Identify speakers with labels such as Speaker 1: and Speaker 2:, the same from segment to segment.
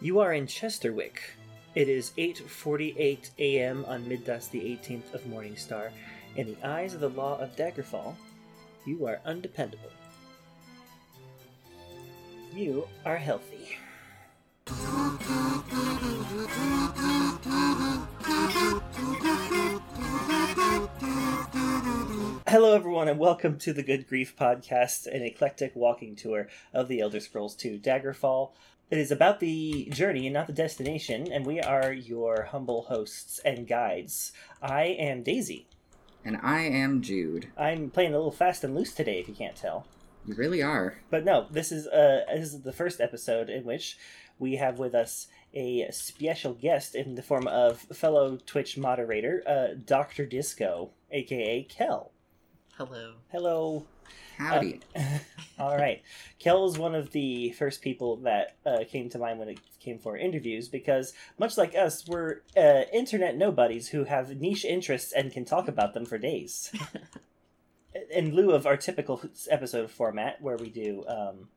Speaker 1: You are in Chesterwick. It is 8:48 a.m. on Middust, the 18th of Morningstar. In the eyes of the law of Daggerfall, you are undependable. You are healthy. Hello, everyone, and welcome to the Good Grief Podcast, an eclectic walking tour of the Elder Scrolls II Daggerfall. It is about the journey and not the destination, and we are your humble hosts and guides. I am Daisy.
Speaker 2: And I am Jude.
Speaker 1: I'm playing a little fast and loose today, if you can't tell.
Speaker 2: You really are.
Speaker 1: But no, this is uh this is the first episode in which we have with us a special guest in the form of fellow Twitch moderator, uh, Doctor Disco, aka Kel.
Speaker 3: Hello.
Speaker 1: Hello.
Speaker 2: Howdy.
Speaker 1: All right. Kel is one of the first people that uh, came to mind when it came for interviews because, much like us, we're uh, internet nobodies who have niche interests and can talk about them for days. In lieu of our typical episode format where we do um,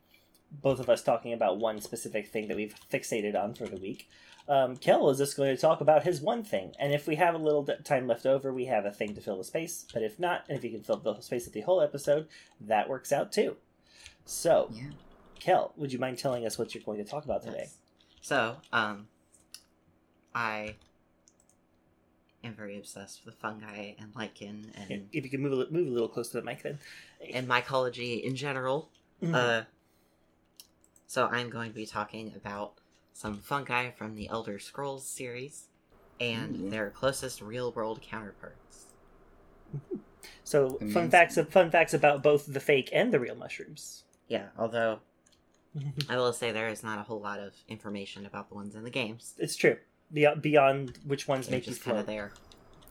Speaker 1: both of us talking about one specific thing that we've fixated on for the week, um, Kel is just going to talk about his one thing. And if we have a little d- time left over, we have a thing to fill the space. But if not, and if you can fill the space of the whole episode, that works out too. So,
Speaker 2: yeah.
Speaker 1: Kel, would you mind telling us what you're going to talk about today?
Speaker 3: Yes. So, um, I am very obsessed with fungi and lichen
Speaker 1: Yeah,
Speaker 3: and,
Speaker 1: If you could move a, li- move a little closer to the mic, then.
Speaker 3: and mycology in general.
Speaker 1: Mm-hmm.
Speaker 3: Uh, so I'm going to be talking about some fungi from the Elder Scrolls series and
Speaker 1: Mm-hmm.
Speaker 2: Ooh.
Speaker 3: their closest real-world counterparts.
Speaker 1: so, fun
Speaker 2: amazing.
Speaker 1: facts fun facts about both the fake and the real mushrooms.
Speaker 3: Yeah, although
Speaker 2: Mm-hmm.
Speaker 3: I will say there is not a whole lot of information about the ones in the games.
Speaker 1: it's true. Beyond, beyond which ones
Speaker 3: They're
Speaker 1: make you
Speaker 3: just kind
Speaker 1: float.
Speaker 3: of there.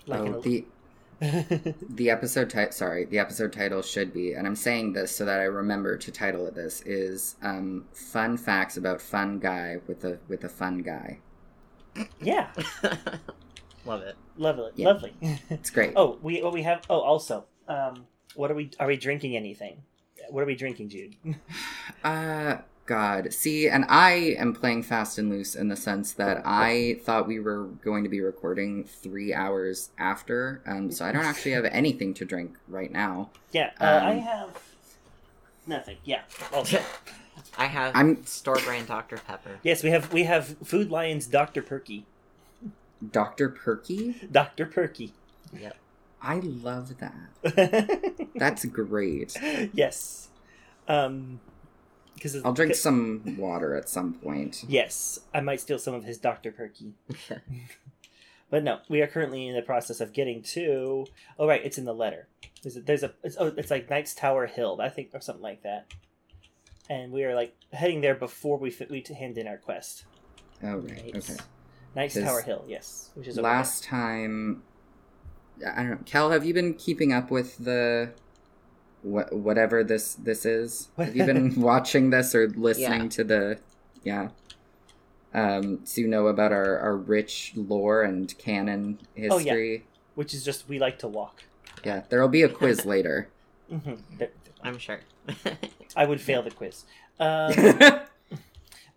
Speaker 1: Like
Speaker 2: oh,
Speaker 1: an-
Speaker 2: the the episode title. Sorry, the episode title should be, and I'm saying this so that I remember to title it. This is um, fun facts about fun guy with a with a fun guy.
Speaker 1: yeah,
Speaker 3: Love it.
Speaker 1: lovely,
Speaker 2: Yeah.
Speaker 1: lovely.
Speaker 2: It's great.
Speaker 1: oh, we what we have. Oh, also, um, what are we? Are we drinking anything? What are we drinking, Jude?
Speaker 2: Uh, God. See, and I am playing fast and loose in the sense that I thought we were going to be recording three hours after, um, so I don't actually have anything to drink right now.
Speaker 1: yeah, uh, I
Speaker 2: Um,
Speaker 1: have nothing. Yeah, also.
Speaker 3: I have
Speaker 2: I'm-
Speaker 3: store brand Dr. Pepper.
Speaker 1: yes, we have we have Food Lion's Doctor Perky.
Speaker 2: Dr. Perky?
Speaker 1: Doctor Perky.
Speaker 2: I love that. That's great.
Speaker 1: yes. Um, because
Speaker 2: I'll drink some water at some point.
Speaker 1: Yes, I might steal some of his Doctor Perky. but no, we are currently in the process of getting to. Oh right, it's in the letter. There's a, there's a it's, oh it's like Knight's Tower Hill, I think, or something like that. And we are like heading there before we fit, we hand in our quest.
Speaker 2: Oh, right.
Speaker 1: Knight's,
Speaker 2: Okay.
Speaker 1: Knight's
Speaker 2: This-
Speaker 1: Tower Hill, yes, which is over
Speaker 2: Last time. I don't know. Cal, have you been keeping up with the. What, whatever this this is? Have you been watching this or listening
Speaker 3: Yeah.
Speaker 2: to the. Yeah. Um, so you know about our, our rich lore and canon
Speaker 1: Oh, yeah.
Speaker 2: history.
Speaker 1: there, which is just we like to walk.
Speaker 2: yeah. There'll be a quiz later.
Speaker 1: hmm
Speaker 3: I'm sure.
Speaker 1: I would fail the quiz. Um,
Speaker 2: yeah.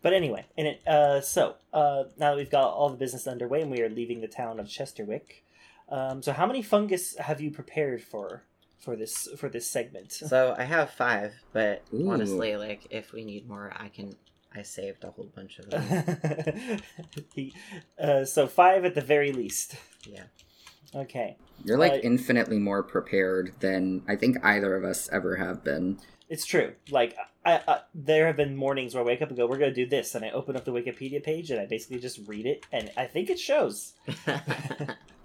Speaker 1: But anyway, and it, uh, so uh, now that we've got all the business underway and we are leaving the town of Chesterwick, um, so how many fungus have you prepared for for this for this segment?
Speaker 3: so I have five, but
Speaker 2: Ooh.
Speaker 3: honestly, like if we need more, I can. I saved a whole bunch of them.
Speaker 1: He- uh, so five at the very least.
Speaker 3: yeah.
Speaker 1: Okay,
Speaker 2: You're like
Speaker 1: Uh,
Speaker 2: infinitely more prepared than I think either of us ever have been.
Speaker 1: it's true. Like I, I, there have been mornings where I wake up and go, "We're going to do this," and I open up the Wikipedia page and I basically just read it, and I think it shows.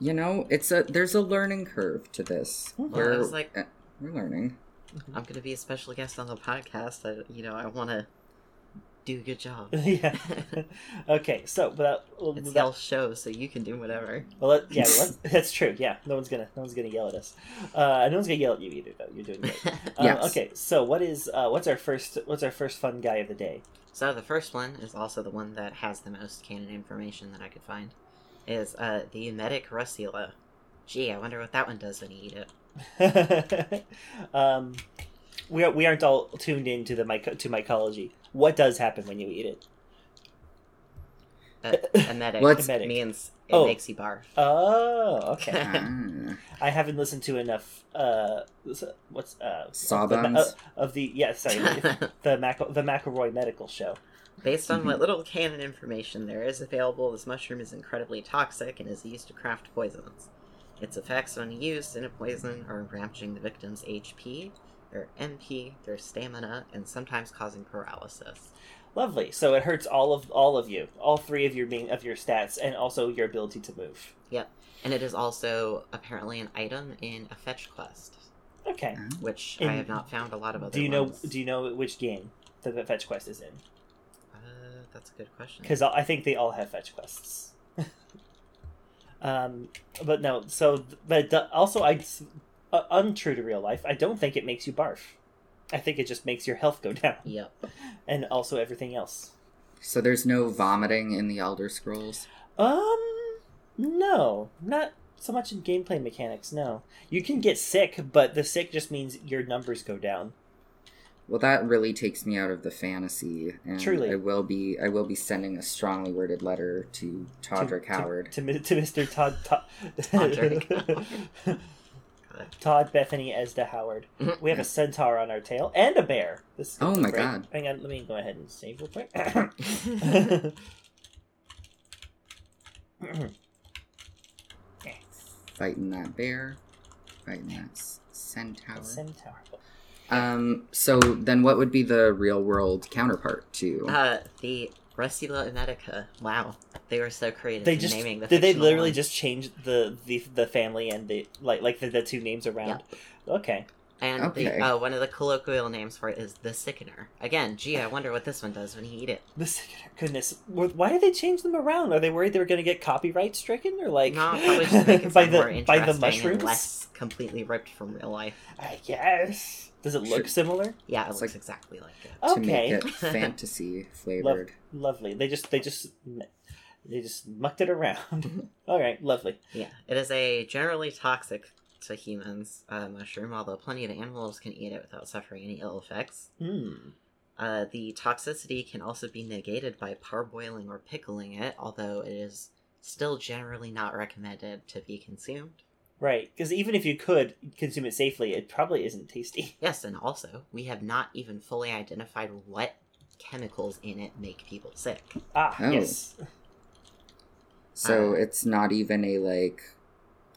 Speaker 2: You know, it's a there's a learning curve to this.
Speaker 1: Well,
Speaker 2: We're
Speaker 3: it's like-
Speaker 2: uh, we're learning.
Speaker 3: I'm gonna be a special guest on the podcast. I, you know, I want to do a good job.
Speaker 1: yeah. okay, so without,
Speaker 3: It's
Speaker 1: without
Speaker 3: y'all show, so you can do whatever.
Speaker 1: Well, that, yeah, well, that- that's true. Yeah, no one's gonna no one's gonna yell at us. Uh, no one's gonna yell at you either, though. You're doing great. Um,
Speaker 2: Yes.
Speaker 1: Okay, so what is uh, what's our first what's our first fun guy of the day?
Speaker 3: so the first one is also the one that has the most canon information that I could find. Is uh the emetic russula. Gee, I wonder what that one does when you eat it.
Speaker 1: um, we are, we aren't all tuned into the myco- to mycology. What does happen when you eat it?
Speaker 3: A, emetic
Speaker 2: What's-
Speaker 1: Emetic.
Speaker 3: means it
Speaker 1: Oh.
Speaker 3: makes you barf.
Speaker 1: Oh, okay.
Speaker 2: Ah,
Speaker 1: I haven't listened to enough. Uh, s- what's uh
Speaker 2: Sawbones.
Speaker 1: uh, of the yeah sorry the the, Mac- the McElroy Medical Show.
Speaker 3: Based on
Speaker 1: Mm-hmm.
Speaker 3: what little canon information there is available, this mushroom is incredibly toxic and is used to craft poisons. Its effects when used in a poison are rampaging the victim's HP, their MP, their stamina, and sometimes causing paralysis.
Speaker 1: Lovely. So it hurts all of all of you, all three of your being of your stats, and also your ability to move.
Speaker 3: And it is also apparently an item in a fetch quest,
Speaker 1: Okay.
Speaker 3: which I
Speaker 1: And
Speaker 3: have not found a lot of other
Speaker 1: Do you know
Speaker 3: ones.
Speaker 1: Do you know which game that the fetch quest is in?
Speaker 3: uh, that's a good question.
Speaker 1: Because I think they all have fetch quests. um, but no. So, but it do- also, I uh, untrue to real life. I don't think it makes you barf. I think it just makes your health go down,
Speaker 3: Yep.
Speaker 1: and also everything else.
Speaker 2: so there's no vomiting in the Elder Scrolls.
Speaker 1: Um, no, not so much in gameplay mechanics. No, you can get sick, but the sick just means your numbers go down.
Speaker 2: Well, that really takes me out of the fantasy, and
Speaker 1: Truly.
Speaker 2: I will be I will be sending a strongly worded letter to
Speaker 1: To-
Speaker 2: Todrick
Speaker 1: to-
Speaker 2: Howard.
Speaker 1: to, mi- to Mr. Todd Todd,
Speaker 3: Todrick God.
Speaker 1: Todd Bethany Esda Howard.
Speaker 3: Mhm.
Speaker 1: We have a centaur on our tail and a bear. This is
Speaker 2: Oh
Speaker 1: gonna be
Speaker 2: my
Speaker 1: great.
Speaker 2: God.
Speaker 1: Hang on, let me go ahead and save real quick.
Speaker 2: Fighting that bear, fighting that s- centaur.
Speaker 1: centaur.
Speaker 2: Um. So then, what would be the real world counterpart to?
Speaker 3: Uh, the Russula Emetica. Wow, they were so creative.
Speaker 1: They
Speaker 3: in
Speaker 1: just
Speaker 3: naming the
Speaker 1: did. They
Speaker 3: fictional
Speaker 1: literally
Speaker 3: one.
Speaker 1: just change the, the the family and the like like the, the two names around. Okay.
Speaker 3: and
Speaker 2: Okay.
Speaker 3: the, uh, one of the colloquial names for it is the sickener. Again, gee, I wonder what this one does when you eat it.
Speaker 1: The sickener. Goodness, wh- why did they change them around? Are they worried they were going to get copyright stricken, or like
Speaker 3: no, probably just make it
Speaker 1: by
Speaker 3: sound more
Speaker 1: the by the
Speaker 3: interesting
Speaker 1: mushrooms?
Speaker 3: and less completely ripped from real life.
Speaker 1: I guess. Does it look
Speaker 2: Sure.
Speaker 1: similar?
Speaker 3: Yeah, it
Speaker 2: It's
Speaker 3: looks
Speaker 2: like-
Speaker 3: exactly like it.
Speaker 2: To
Speaker 1: Okay,
Speaker 2: make it fantasy flavored.
Speaker 1: lovely. They just they just they just mucked it around. All right, lovely.
Speaker 3: Yeah, it is a generally toxic to humans uh, mushroom, although plenty of animals can eat it without suffering any ill effects.
Speaker 1: Hmm.
Speaker 3: Uh, the toxicity can also be negated by parboiling or pickling it, although it is still generally not recommended to be consumed.
Speaker 1: Right, because even if you could consume it safely, it probably isn't tasty.
Speaker 3: Yes, and also, we have not even fully identified what chemicals in it make people sick.
Speaker 1: Ah,
Speaker 2: Oh.
Speaker 1: yes.
Speaker 2: So
Speaker 3: Uh,
Speaker 2: it's not even a like.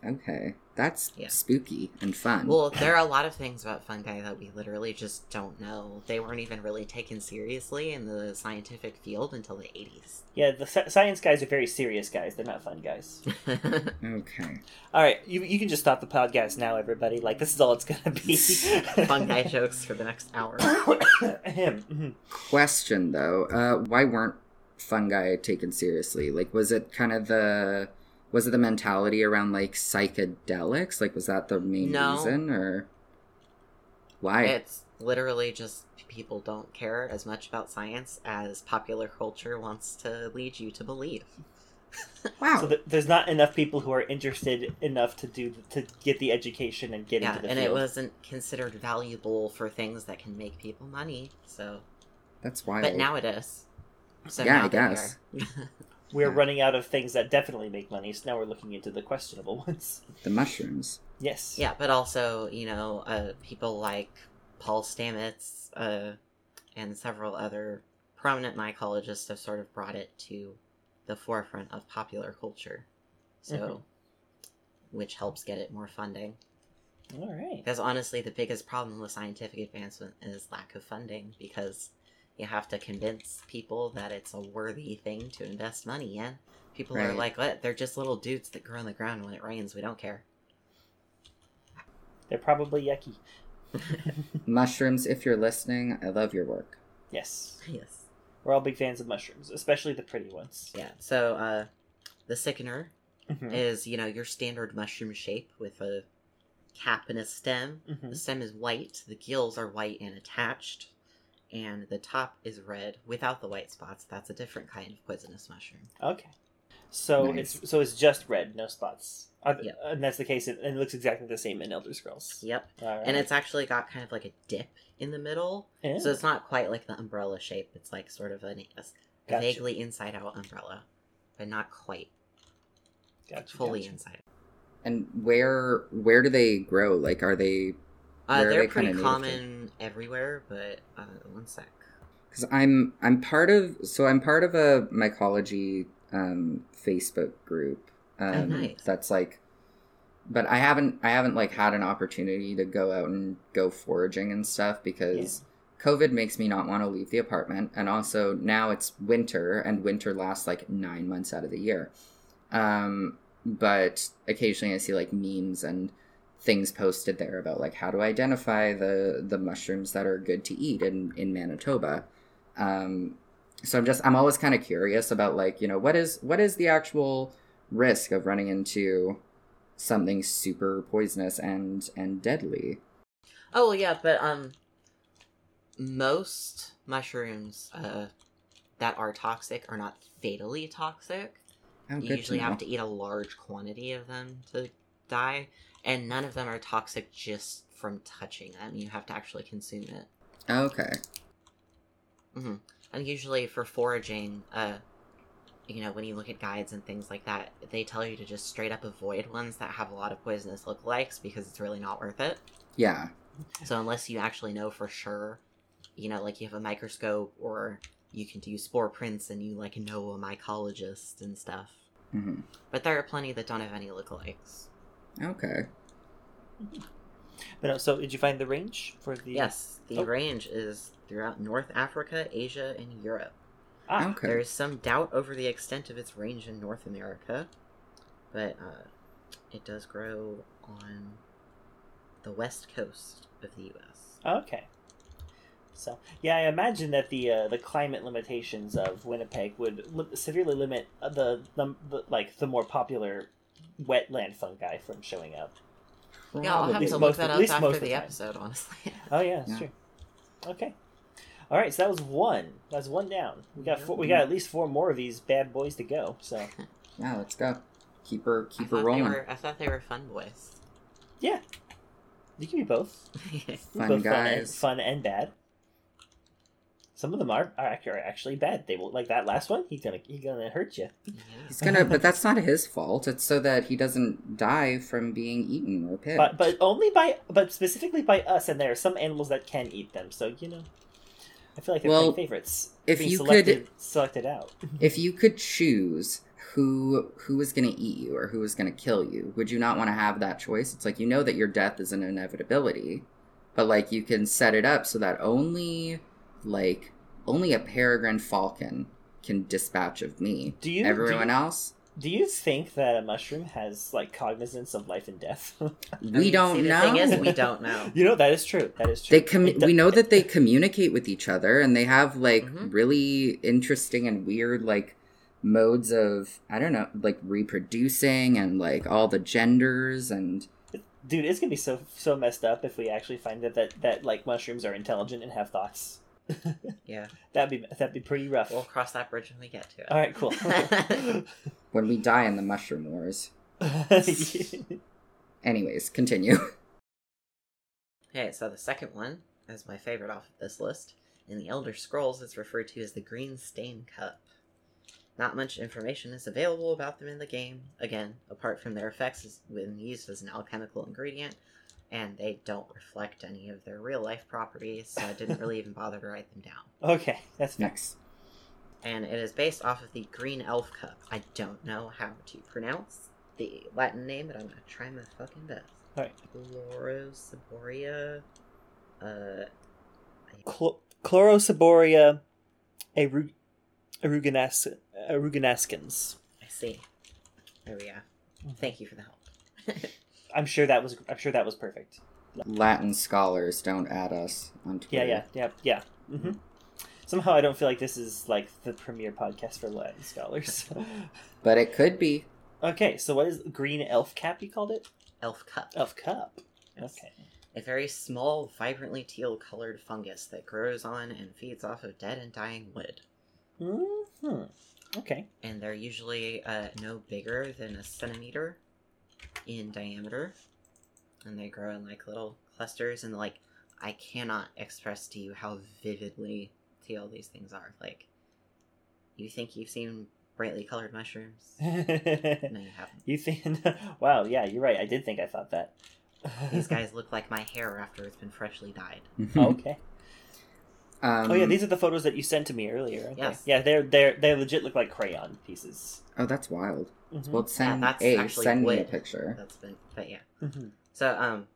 Speaker 2: Okay, that's
Speaker 3: Yeah.
Speaker 2: spooky and
Speaker 1: Um,
Speaker 2: fun.
Speaker 3: Well, there are a lot of things about fungi that we literally just don't know. They weren't even really taken seriously in the scientific field until the 80s.
Speaker 1: Yeah, the sci- science guys are very serious guys. They're not fun guys.
Speaker 2: okay.
Speaker 1: All right, you, you can just stop the podcast now, everybody. Like this is all it's gonna be.
Speaker 3: fungi jokes for the next hour.
Speaker 1: Ahem. Mhm.
Speaker 2: Question though, uh, why weren't fungi taken seriously? Like, was it kind of the was it the mentality around like psychedelics? Like, was that the main
Speaker 3: No.
Speaker 2: reason or why?
Speaker 3: It's literally just people don't care as much about science as popular culture wants to lead you to believe.
Speaker 2: wow.
Speaker 1: So th- there's not enough people who are interested enough to do to get the education and get
Speaker 3: yeah,
Speaker 1: into the
Speaker 3: and
Speaker 1: field.
Speaker 3: it wasn't considered valuable for things that can make people money. So,
Speaker 2: That's wild.
Speaker 3: but now it is. So
Speaker 2: Yeah,
Speaker 3: now
Speaker 2: I
Speaker 3: they
Speaker 2: guess.
Speaker 3: are.
Speaker 1: We're
Speaker 2: Yeah.
Speaker 1: running out of things that definitely make money, so now we're looking into the questionable ones.
Speaker 2: the mushrooms.
Speaker 1: Yes.
Speaker 3: yeah, but also you know, uh, people like Paul Stamets uh, and several other prominent mycologists have sort of brought it to the forefront of popular culture. So.
Speaker 2: Mm-hmm.
Speaker 3: Which helps get it more funding.
Speaker 1: All right.
Speaker 3: Because honestly, the biggest problem with scientific advancement is lack of funding because you have to convince people that it's a worthy thing to invest money in. People are
Speaker 2: Right.
Speaker 3: like, what? They're just little dudes that grow on the ground when it rains. We don't care.
Speaker 1: They're probably yucky.
Speaker 2: Mushrooms, if you're listening, I love your work.
Speaker 1: Yes.
Speaker 3: Yes.
Speaker 1: We're all big fans of mushrooms, especially the pretty ones.
Speaker 3: Yeah. So, uh, the sickener
Speaker 1: Mhm.
Speaker 3: is, you know, your standard mushroom shape with a cap and a stem. The
Speaker 1: Mhm.
Speaker 3: stem is white, the gills are white and attached, and the top is red without the white spots. That's a different kind of poisonous mushroom.
Speaker 1: Okay. So
Speaker 2: Nice.
Speaker 1: it's so it's just red, no spots. Are th-
Speaker 3: Yep.
Speaker 1: And that's the case, it- and it looks exactly the same in Elder Scrolls.
Speaker 3: Yep.
Speaker 1: All right.
Speaker 3: and it's actually got kind of like a dip in the middle
Speaker 1: Yeah.
Speaker 3: so it's not quite like the umbrella shape it's like sort of an, a s-
Speaker 1: Gotcha.
Speaker 3: vaguely inside out umbrella but not quite
Speaker 1: Gotcha.
Speaker 3: fully
Speaker 1: gotcha.
Speaker 3: inside.
Speaker 2: And where where do they grow? Like, are they?
Speaker 3: Uh,
Speaker 2: Where are
Speaker 3: they're
Speaker 2: they kinda
Speaker 3: pretty
Speaker 2: native to?
Speaker 3: common everywhere, but uh, one sec.
Speaker 2: Because I'm I'm part of so I'm part of a mycology um, Facebook group. Um,
Speaker 3: nice.
Speaker 2: That's like, but I haven't I haven't like had an opportunity to go out and go foraging and stuff because COVID makes me not want to leave the apartment. And also now it's winter, and winter lasts like nine months out of the year. Um, but occasionally I see like memes and things posted there about like how to identify the the mushrooms that are good to eat in in Manitoba. Um, so I'm just I'm always kind of curious about like you know what is what is the actual risk of running into something super poisonous and and deadly.
Speaker 3: Oh well, yeah, but um, most mushrooms uh that are toxic are not fatally toxic.
Speaker 2: Oh, good
Speaker 3: you usually
Speaker 2: to know.
Speaker 3: have to eat a large quantity of them to die, and none of them are toxic just from touching them. You have to actually consume it.
Speaker 2: Okay.
Speaker 3: And usually for foraging, uh, you know, when you look at guides and things like that, they tell you to just straight up avoid ones that have a lot of poisonous lookalikes because it's really not worth it.
Speaker 2: Yeah.
Speaker 3: So unless you actually know for sure, you know, like you have a microscope or you can do spore prints and you like know a mycologist and stuff.
Speaker 2: hmm
Speaker 3: But there are plenty that don't have any lookalikes.
Speaker 2: Okay.
Speaker 1: But no, so did you find the range for the?
Speaker 3: Yes, the
Speaker 1: Oh.
Speaker 3: range is throughout North Africa, Asia, and Europe.
Speaker 1: Ah,
Speaker 2: Okay.
Speaker 3: There is some doubt over the extent of its range in North America, but uh, it does grow on the west coast of the U.S.
Speaker 1: Okay. So yeah, I imagine that the uh, the climate limitations of Winnipeg would li- severely limit uh, the, the, the like the more popular wetland fungi from showing up.
Speaker 3: Yeah, I'll
Speaker 1: At
Speaker 3: have
Speaker 1: least
Speaker 3: to
Speaker 1: most
Speaker 3: look
Speaker 1: of-
Speaker 3: that
Speaker 1: at
Speaker 3: up
Speaker 1: least
Speaker 3: after
Speaker 1: most
Speaker 3: the,
Speaker 1: of the time.
Speaker 3: episode, honestly.
Speaker 1: Oh yeah, that's
Speaker 2: Yeah.
Speaker 1: true. Okay. All right, so that was one. That's one down. We got four, we got at least four more of these bad boys to go. So
Speaker 2: Yeah, let's go. Keep her,
Speaker 3: I
Speaker 2: keep her
Speaker 3: thought, they
Speaker 2: rolling.
Speaker 3: were, I thought they were fun boys.
Speaker 1: you can be both.
Speaker 2: Fun
Speaker 1: both
Speaker 2: guys.
Speaker 1: Fun and, fun and bad. Some of them are are act- are actually bad. They will like that last one. He's gonna he's gonna hurt you.
Speaker 3: Yeah.
Speaker 2: He's gonna, but that's not his fault. It's so that he doesn't die from being eaten or picked.
Speaker 1: But but only by but specifically by us, and there are some animals that can eat them. So you know, I feel like they're
Speaker 2: Well,
Speaker 1: playing favorites.
Speaker 2: if
Speaker 1: being
Speaker 2: you could-
Speaker 1: selected, selected out,
Speaker 2: if you could choose who who was gonna eat you or who was gonna kill you, would you not want to have that choice? It's like you know that your death is an inevitability, but like you can set it up so that only like only a peregrine falcon can dispatch of me.
Speaker 1: do you
Speaker 2: Everyone
Speaker 1: do you,
Speaker 2: else,
Speaker 1: Do you think that a mushroom has like cognizance of life and death?
Speaker 2: we
Speaker 3: I mean,
Speaker 2: don't
Speaker 3: see, the
Speaker 2: know.
Speaker 3: thing is, we don't know.
Speaker 1: you know that is true. That is true.
Speaker 2: they com-
Speaker 1: It do-
Speaker 2: we know that they communicate with each other and they have like
Speaker 1: Mm-hmm.
Speaker 3: Mhm.
Speaker 2: really interesting and weird like modes of i don't know like reproducing and like all the genders and
Speaker 1: dude, it's gonna be so so messed up if we actually find that that, that like mushrooms are intelligent and have thoughts.
Speaker 3: Yeah,
Speaker 1: That'd be that'd be pretty rough.
Speaker 3: we'll cross that bridge when we get to it.
Speaker 1: All right, cool.
Speaker 2: when we die in the mushroom wars anyways continue
Speaker 3: Okay, so the second one is my favorite off of this list. In the Elder Scrolls, it's referred to as the Green Stain Cup. Not much information is available about them in the game, again, apart from their effects as- when used as an alchemical ingredient, and they don't reflect any of their real life properties, so I didn't really even bother to write them down.
Speaker 1: okay, that's fair.
Speaker 2: next
Speaker 3: And it is based off of the Green Elf Cup. I don't know how to pronounce the Latin name, but I'm gonna try my fucking best.
Speaker 1: All right,
Speaker 3: Lorosaborea. Uh,
Speaker 1: Cl- Chlorosaboria arug- aruginas- aruginascens.
Speaker 3: I see. There we go.
Speaker 1: Mm-hmm.
Speaker 3: Thank you for the help.
Speaker 1: I'm sure that was I'm sure that was perfect.
Speaker 2: latin scholars don't add us on
Speaker 1: Yeah,
Speaker 2: twitter
Speaker 1: yeah, yeah, yeah. hmm Somehow I don't feel like this is like the premier podcast for Latin scholars.
Speaker 2: but it could be
Speaker 1: okay, so what is green elf cap? You called it
Speaker 3: Elf cup.
Speaker 1: elf cup.
Speaker 3: Yes.
Speaker 1: Okay.
Speaker 3: A very small, vibrantly teal colored fungus that grows on and feeds off of dead and dying wood.
Speaker 1: hmm Okay.
Speaker 3: And they're usually uh, no bigger than a centimeter in diameter. And they grow in like little clusters. And like, I cannot express to you how vividly teal these things are. Like, you think you've seen brightly colored mushrooms.
Speaker 1: you
Speaker 3: No, you haven't.
Speaker 1: think? wow, yeah, you're right. I did think I thought that.
Speaker 3: These guys look like my hair after it's been freshly dyed.
Speaker 1: okay.
Speaker 2: Oh. Um,
Speaker 1: Mm-hmm. oh yeah, these are the photos that you sent to me earlier. aren't they?
Speaker 3: Yes.
Speaker 1: Yeah, they're they they legit look like crayon pieces.
Speaker 2: Oh, that's wild.
Speaker 1: Mhm.
Speaker 2: Well, send
Speaker 3: that's
Speaker 2: a
Speaker 3: actually
Speaker 2: send me a
Speaker 3: wood.
Speaker 2: picture.
Speaker 3: That's been, but yeah.
Speaker 1: Mhm.
Speaker 3: So um,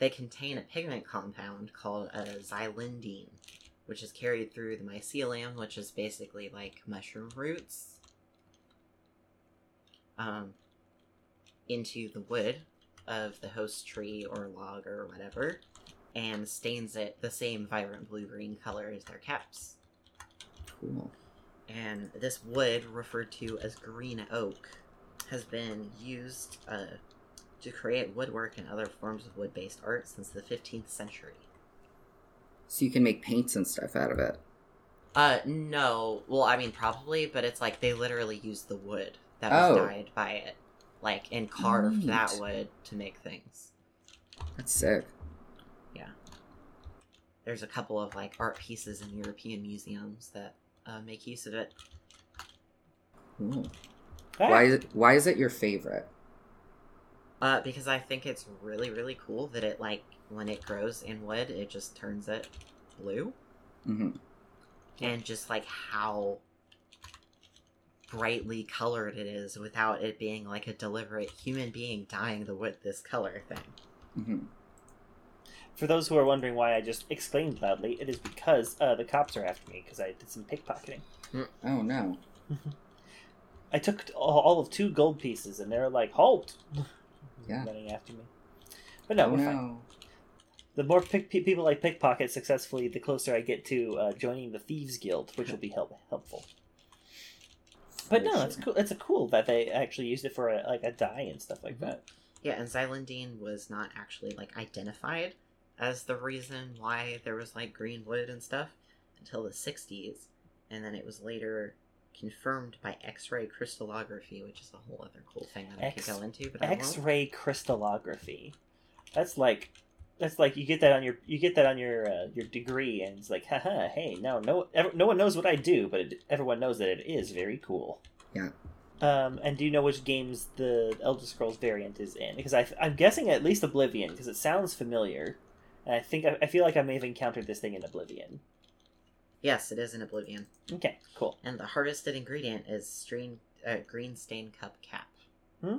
Speaker 3: they contain a pigment compound called uh, xylindine, which is carried through the mycelium, which is basically like mushroom roots, um, into the wood of the host tree or log or whatever, and stains it the same vibrant blue green color as their caps.
Speaker 2: Cool.
Speaker 3: And this wood, referred to as green oak, has been used uh, to create woodwork and other forms of wood based art since the 15th century.
Speaker 2: So you can make paints and stuff out of it.
Speaker 3: Uh, no. Well, I mean, probably, but it's like they literally used the wood that was
Speaker 2: Oh.
Speaker 3: dyed by it, like, and carved that
Speaker 2: Neat.
Speaker 3: wood to make things.
Speaker 2: That's sick.
Speaker 3: There's a couple of, like, art pieces in European museums that uh, make use of it.
Speaker 2: Cool.
Speaker 1: Ah,
Speaker 2: Why is it, why is it your favorite?
Speaker 3: Uh, because I think it's really, really cool that it, like, when it grows in wood, it just turns it blue.
Speaker 2: hmm
Speaker 3: and just like how brightly colored it is without it being like a deliberate human being dyeing the wood this color thing.
Speaker 2: hmm
Speaker 1: For those who are wondering why I just exclaimed loudly, it is because uh, the cops are after me because I did some pickpocketing.
Speaker 2: Oh no.
Speaker 1: I took t- all- all of two gold pieces, and they're like, "Halt!"
Speaker 2: Yeah.
Speaker 1: running after me. But no,
Speaker 2: oh
Speaker 1: we're fine.
Speaker 2: no.
Speaker 1: The more pick- pe- people I pickpocket successfully, the closer I get to uh, joining the thieves guild, which will be help- helpful. But no, it's cool. It's a cool that they actually used it for a, like a dye and stuff like
Speaker 3: Mhm.
Speaker 1: that.
Speaker 3: Yeah, and Xylindine was not actually like identified as the reason why there was like green wood and stuff until the 60s, and then it was later confirmed by X-ray crystallography, which is a whole other cool thing that I
Speaker 1: X-
Speaker 3: could go into, but I won't.
Speaker 1: X-ray crystallography. That's like that's like you get that on your you get that on your uh, your degree, and it's like, haha, hey, no, no, ev- no one knows what I do, but it, everyone knows that it is very cool.
Speaker 2: Yeah.
Speaker 1: Um, and do you know which games the Elder Scrolls variant is in? Because I, I'm guessing at least Oblivion, because it sounds familiar, and I think I, I feel like I may have encountered this thing in Oblivion.
Speaker 3: Yes, it is in Oblivion,
Speaker 1: Okay, cool.
Speaker 3: and the harvested ingredient is strain, uh, green stain cup cap.
Speaker 1: hmm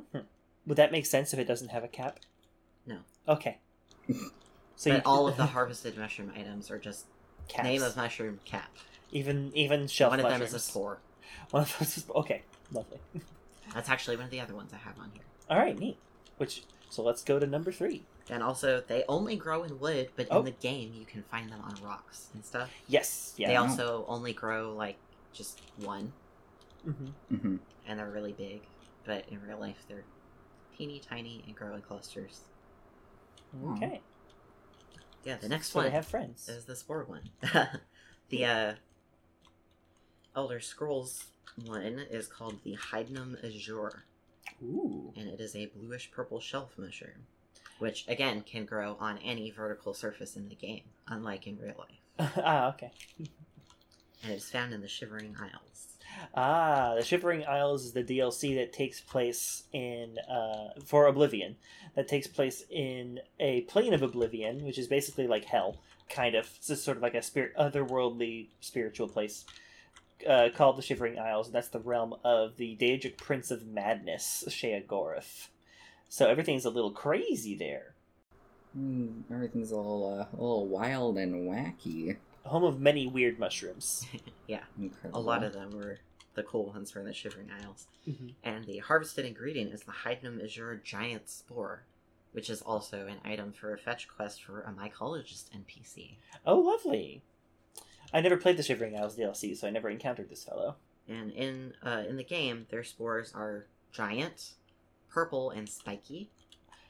Speaker 1: Would that make sense if it doesn't have a cap?
Speaker 3: No.
Speaker 1: Okay. So
Speaker 3: but all of the harvested mushroom items are just
Speaker 1: caps.
Speaker 3: name of mushroom cap.
Speaker 1: Even even shelf
Speaker 3: one of
Speaker 1: mushrooms.
Speaker 3: them is a spore.
Speaker 1: One of those is okay. Lovely.
Speaker 3: That's actually one of the other ones I have on here.
Speaker 1: All right, neat. Which so let's go to number three.
Speaker 3: And also, they only grow in wood, but
Speaker 1: Oh.
Speaker 3: in the game you can find them on rocks and stuff.
Speaker 1: Yes.
Speaker 3: They
Speaker 1: Yeah.
Speaker 2: all-
Speaker 3: also only grow like just one,
Speaker 1: hmm
Speaker 2: hmm
Speaker 3: and they're really big. But in real life, they're teeny tiny and grow in clusters.
Speaker 2: Aw.
Speaker 1: Okay.
Speaker 3: Yeah, the next
Speaker 1: so
Speaker 3: one
Speaker 1: they have friends.
Speaker 3: is the spore one. the uh, Elder Scrolls one is called the Hydnum Azure.
Speaker 1: Ooh.
Speaker 3: and it is a bluish purple shelf mushroom, which again can grow on any vertical surface in the game, unlike in real life.
Speaker 1: ah. Okay.
Speaker 3: And it is found in the Shivering Isles.
Speaker 1: Ah, the Shivering Isles is the DLC that takes place in uh, for Oblivion, that takes place in a plane of Oblivion, which is basically like hell, kind of. It's just sort of like a spirit, otherworldly spiritual place uh, called the Shivering Isles, and that's the realm of the Daedric Prince of Madness, Sheogorath. So everything's a little crazy there.
Speaker 2: Mm, everything's a little uh, a little wild and wacky.
Speaker 1: Home of many weird mushrooms.
Speaker 2: Incredible.
Speaker 3: A lot of them were the cool ones were in the Shivering Isles.
Speaker 1: Mhm.
Speaker 3: And the harvested ingredient is the Hydnum Azure Giant Spore, which is also an item for a fetch quest for a mycologist NPC.
Speaker 1: Oh, lovely. I never played the Shivering Isles DLC, so I never encountered this fellow.
Speaker 3: And in uh, in the game, their spores are giant, purple, and spiky.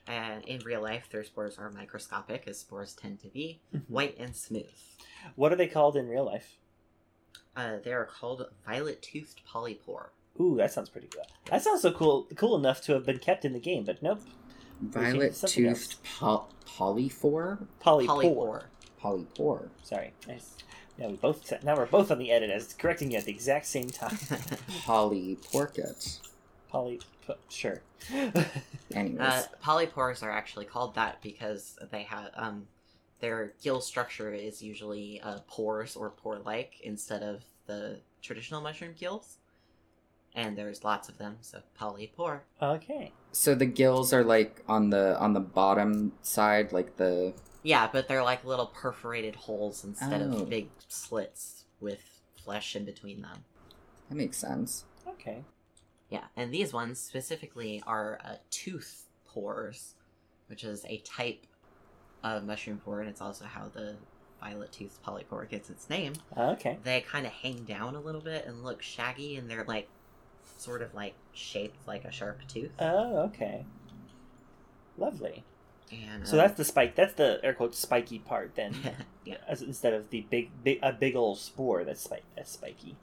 Speaker 3: And in real life, their spores are microscopic, as spores tend to be, white and smooth.
Speaker 1: What are they called in real life?
Speaker 3: Uh, they are called violet-toothed polypore.
Speaker 1: Ooh, that sounds pretty cool. That sounds so cool, cool enough to have been kept in the game, but nope.
Speaker 2: violet toothed
Speaker 1: Something
Speaker 2: po- polyphore,
Speaker 1: Polypore.
Speaker 3: Polypore.
Speaker 2: polypore.
Speaker 1: Sorry, I Now we both now we're both on the edit as correcting you at the exact same time.
Speaker 2: Polly Porket.
Speaker 1: Polly, p- sure.
Speaker 2: Anyways.
Speaker 3: Uh, polypores are actually called that because they have um, their gill structure is usually uh, pores or pore-like instead of the traditional mushroom gills, and there's lots of them, so polypore.
Speaker 1: okay.
Speaker 2: so the gills are like on the on the bottom side, like the
Speaker 3: Yeah, but they're like little perforated holes instead
Speaker 2: Oh.
Speaker 3: of big slits with flesh in between them.
Speaker 2: that makes sense.
Speaker 1: Okay.
Speaker 3: Yeah, and these ones specifically are uh, tooth pores, which is a type of mushroom pore, and it's also how the violet tooth polypore gets its name.
Speaker 1: Okay.
Speaker 3: They kind of hang down a little bit and look shaggy, and they're like sort of like shaped like a sharp tooth.
Speaker 1: Oh, okay. Lovely.
Speaker 3: and um,
Speaker 1: So that's the spike. That's the air quote spiky part then,
Speaker 3: yeah.
Speaker 1: as, instead of the big, big a big old spore that's spike that's spiky.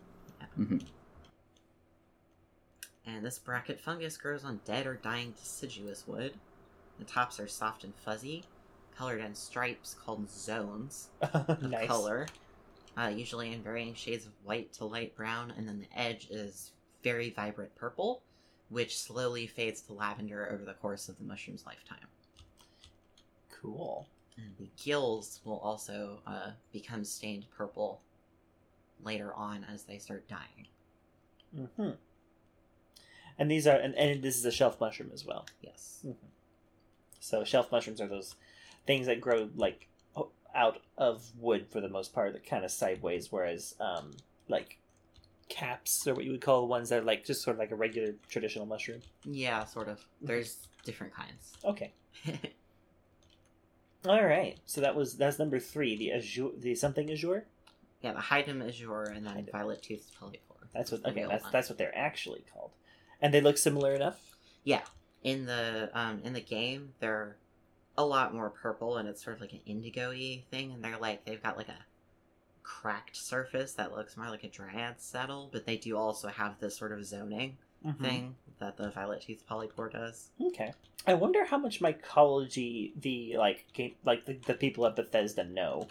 Speaker 3: And this bracket fungus grows on dead or dying deciduous wood. The tops are soft and fuzzy, colored in stripes called zones of
Speaker 1: nice.
Speaker 3: color, uh, usually in varying shades of white to light brown, and then the edge is very vibrant purple, which slowly fades to lavender over the course of the mushroom's lifetime.
Speaker 1: Cool.
Speaker 3: And the gills will also uh, become stained purple later on as they start dying.
Speaker 1: Mm-hmm. And these are and, and this is a shelf mushroom as well.
Speaker 3: Yes.
Speaker 1: So shelf mushrooms are those things that grow like o- out of wood for the most part. They're kind of sideways, whereas um, like caps are what you would call the ones that are like just sort of like a regular traditional mushroom.
Speaker 3: Yeah, sort of. There's different kinds.
Speaker 1: Okay. All right. So that was that's number three. The azure, the something azure.
Speaker 3: Yeah, the Hydum Azure and then
Speaker 1: Hydum.
Speaker 3: Violet Toothed Polypore.
Speaker 1: That's what.
Speaker 3: The
Speaker 1: Okay.
Speaker 3: real
Speaker 1: That's
Speaker 3: one.
Speaker 1: that's what they're actually called, and they look similar enough.
Speaker 3: in the um in the game they're a lot more purple and it's sort of like an indigo-y thing and they're like they've got like a cracked surface that looks more like a dryad saddle, but they do also have this sort of zoning
Speaker 1: Mm-hmm.
Speaker 3: thing that the Violet Toothed Polypore does.
Speaker 1: Okay. I wonder how much mycology the like game like the, the people at Bethesda know,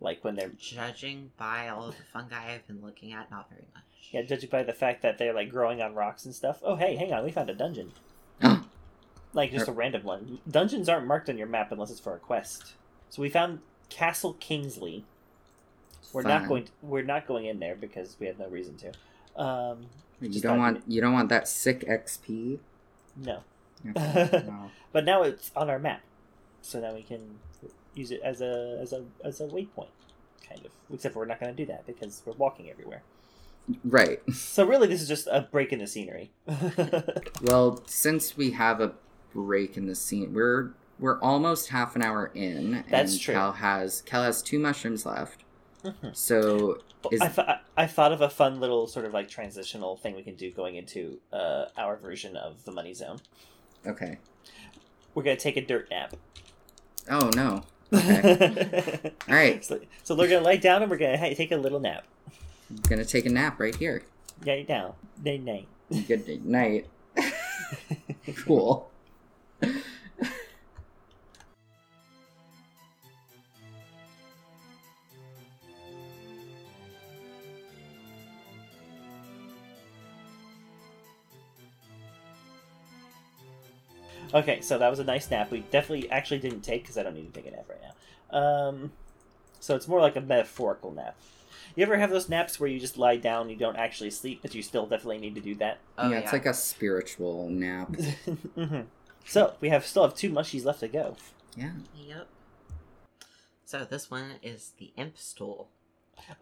Speaker 1: like when they're
Speaker 3: Judging by all of the fungi I've been looking at, not very much.
Speaker 1: Yeah, judging by the fact that they're like growing on rocks and stuff. Oh, hey, hang on, we found a dungeon. like just a random one. Dungeons aren't marked on your map unless it's for a quest. So we found Castle Kingsley. We're not
Speaker 2: Fun.
Speaker 1: going. To, we're not going in there because we have no reason to. Um,
Speaker 2: You
Speaker 1: Just
Speaker 2: don't
Speaker 1: thought-
Speaker 2: want you don't want that sick XP.
Speaker 1: no.
Speaker 2: Okay, no.
Speaker 1: But now it's on our map, so now we can use it as a as a as a waypoint, kind of. Except for we're not going to do that because we're walking everywhere.
Speaker 2: Right.
Speaker 1: So really, this is just a break in the scenery.
Speaker 2: Well, since we have a break in the scene, we're we're almost half an hour in.
Speaker 1: That's
Speaker 2: and
Speaker 1: true.
Speaker 2: Cal has Cal has two mushrooms left. So Is-
Speaker 1: I, th- I thought of a fun little sort of like transitional thing we can do going into uh, our version of the money zone.
Speaker 2: okay.
Speaker 1: We're gonna take a dirt nap.
Speaker 2: Oh no. Okay. All right.
Speaker 1: so, so we're gonna lay down and we're gonna hey, take a little nap.
Speaker 2: I'm gonna take a nap right here.
Speaker 1: Lay down. Nay, nay.
Speaker 2: Good night. cool.
Speaker 1: Okay, so that was a nice nap. We definitely actually didn't take because I don't need to take a nap right now. Um, so it's more like a metaphorical nap. You ever have those naps where you just lie down, you don't actually sleep, but you still definitely need to do that?
Speaker 3: Oh
Speaker 2: yeah, it's like a spiritual nap.
Speaker 1: hmm So we have still have two mushies left to go.
Speaker 2: Yeah.
Speaker 3: Yep. So this one is the imp stool.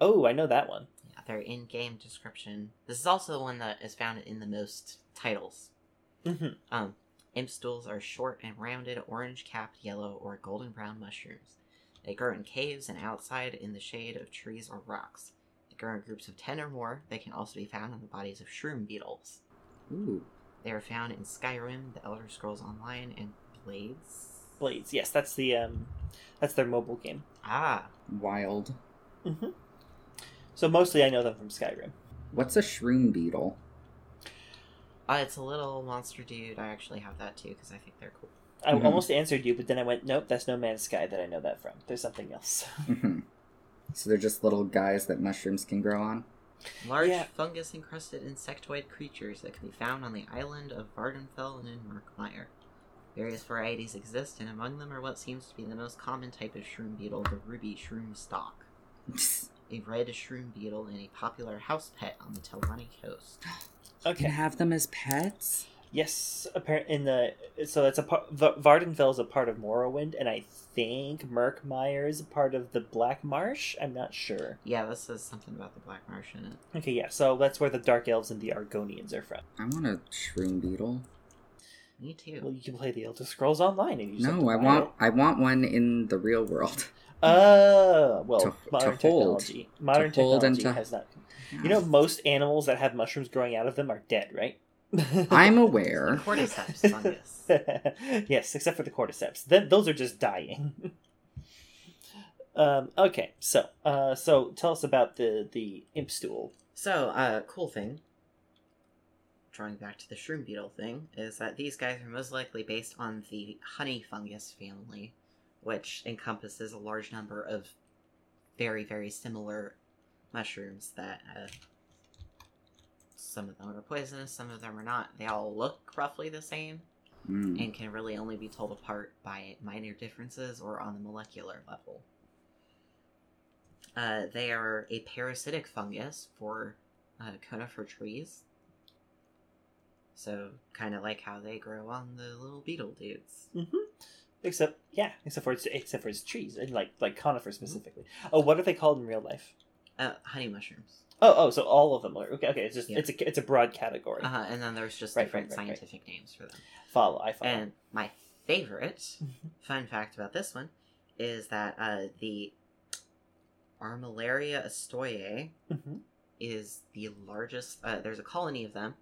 Speaker 1: Oh, I know that one.
Speaker 3: Yeah, their in-game description. This is also the one that is found in the most titles.
Speaker 1: Mhm.
Speaker 3: Um, imp stools are short and rounded, orange-capped, yellow or golden brown mushrooms. They grow in caves and outside in the shade of trees or rocks. They grow in groups of ten or more. They can also be found on the bodies of shroom beetles.
Speaker 2: Ooh.
Speaker 3: They are found in Skyrim, The Elder Scrolls Online, and Blades.
Speaker 1: Blades. Yes, that's the um, that's their mobile game.
Speaker 3: Ah,
Speaker 2: Wild.
Speaker 1: So mostly I know them from Skyrim.
Speaker 2: What's a shroom beetle?
Speaker 3: uh, it's a little monster dude. I actually have that too because I think they're cool.
Speaker 1: I
Speaker 2: Mhm.
Speaker 1: almost answered you, but then I went, nope, that's No Man's Sky that I know that from. There's something else.
Speaker 2: Mhm. So they're just little guys that mushrooms can grow on.
Speaker 3: Large
Speaker 1: Yeah.
Speaker 3: fungus encrusted insectoid creatures that can be found on the island of Vardenfell and in Merkmire. Various varieties exist, and among them are what seems to be the most common type of shroom beetle, the ruby shroom stalk, a red shroom beetle and a popular house pet on the Telani coast.
Speaker 2: Can
Speaker 1: Okay.
Speaker 2: have them as pets?
Speaker 1: Yes, apparent in the so that's a part. Vardenfell is a part of Morrowind, and I think Merkmire is a part of the Black Marsh. I'm not sure.
Speaker 3: Yeah, this says something about the Black Marsh in it.
Speaker 1: Okay, yeah. So that's where the Dark Elves and the Argonians are from.
Speaker 2: I want a shroom beetle.
Speaker 3: Me too.
Speaker 1: Well, you can play the Elder Scrolls Online, and you just have to
Speaker 2: No, I
Speaker 1: buy
Speaker 2: want
Speaker 1: it.
Speaker 2: I want one in the real world.
Speaker 1: Oh well,
Speaker 2: To- to
Speaker 1: modern
Speaker 2: hold.
Speaker 1: technology. Modern
Speaker 2: To hold and
Speaker 1: technology
Speaker 2: to-
Speaker 1: has not. You know, most animals that have mushrooms growing out of them are dead, right?
Speaker 2: I'm aware.
Speaker 3: Cordyceps fungus.
Speaker 1: yes, except for the cordyceps. Th- those are just dying. um, okay, so uh, so tell us about the the imp stool.
Speaker 3: So, uh, cool thing, drawing back to the shroom beetle thing, is that these guys are most likely based on the honey fungus family, which encompasses a large number of very, very similar mushrooms that uh, some of them are poisonous, some of them are not. They all look roughly the same
Speaker 2: Mm.
Speaker 3: and can really only be told apart by minor differences or on the molecular level. Uh, they are a parasitic fungus for uh, conifer trees. So, kind of like how they grow on the little beetle dudes.
Speaker 1: Mm-hmm. Except yeah, except for it's, except for it's trees and like like conifer specifically. Oh, what are they called in real life?
Speaker 3: Uh, honey mushrooms.
Speaker 1: Oh, oh, so all of them are okay. Okay, it's just
Speaker 3: Yeah.
Speaker 1: it's a it's a broad category.
Speaker 3: Uh, and then there's just
Speaker 1: Right,
Speaker 3: different
Speaker 1: right, right, right.
Speaker 3: scientific names for them.
Speaker 1: Follow, I follow.
Speaker 3: And my favorite
Speaker 1: Mm-hmm.
Speaker 3: fun fact about this one is that uh, the Armillaria astoiae,
Speaker 1: Mhm.
Speaker 3: is the largest. Uh, there's a colony of them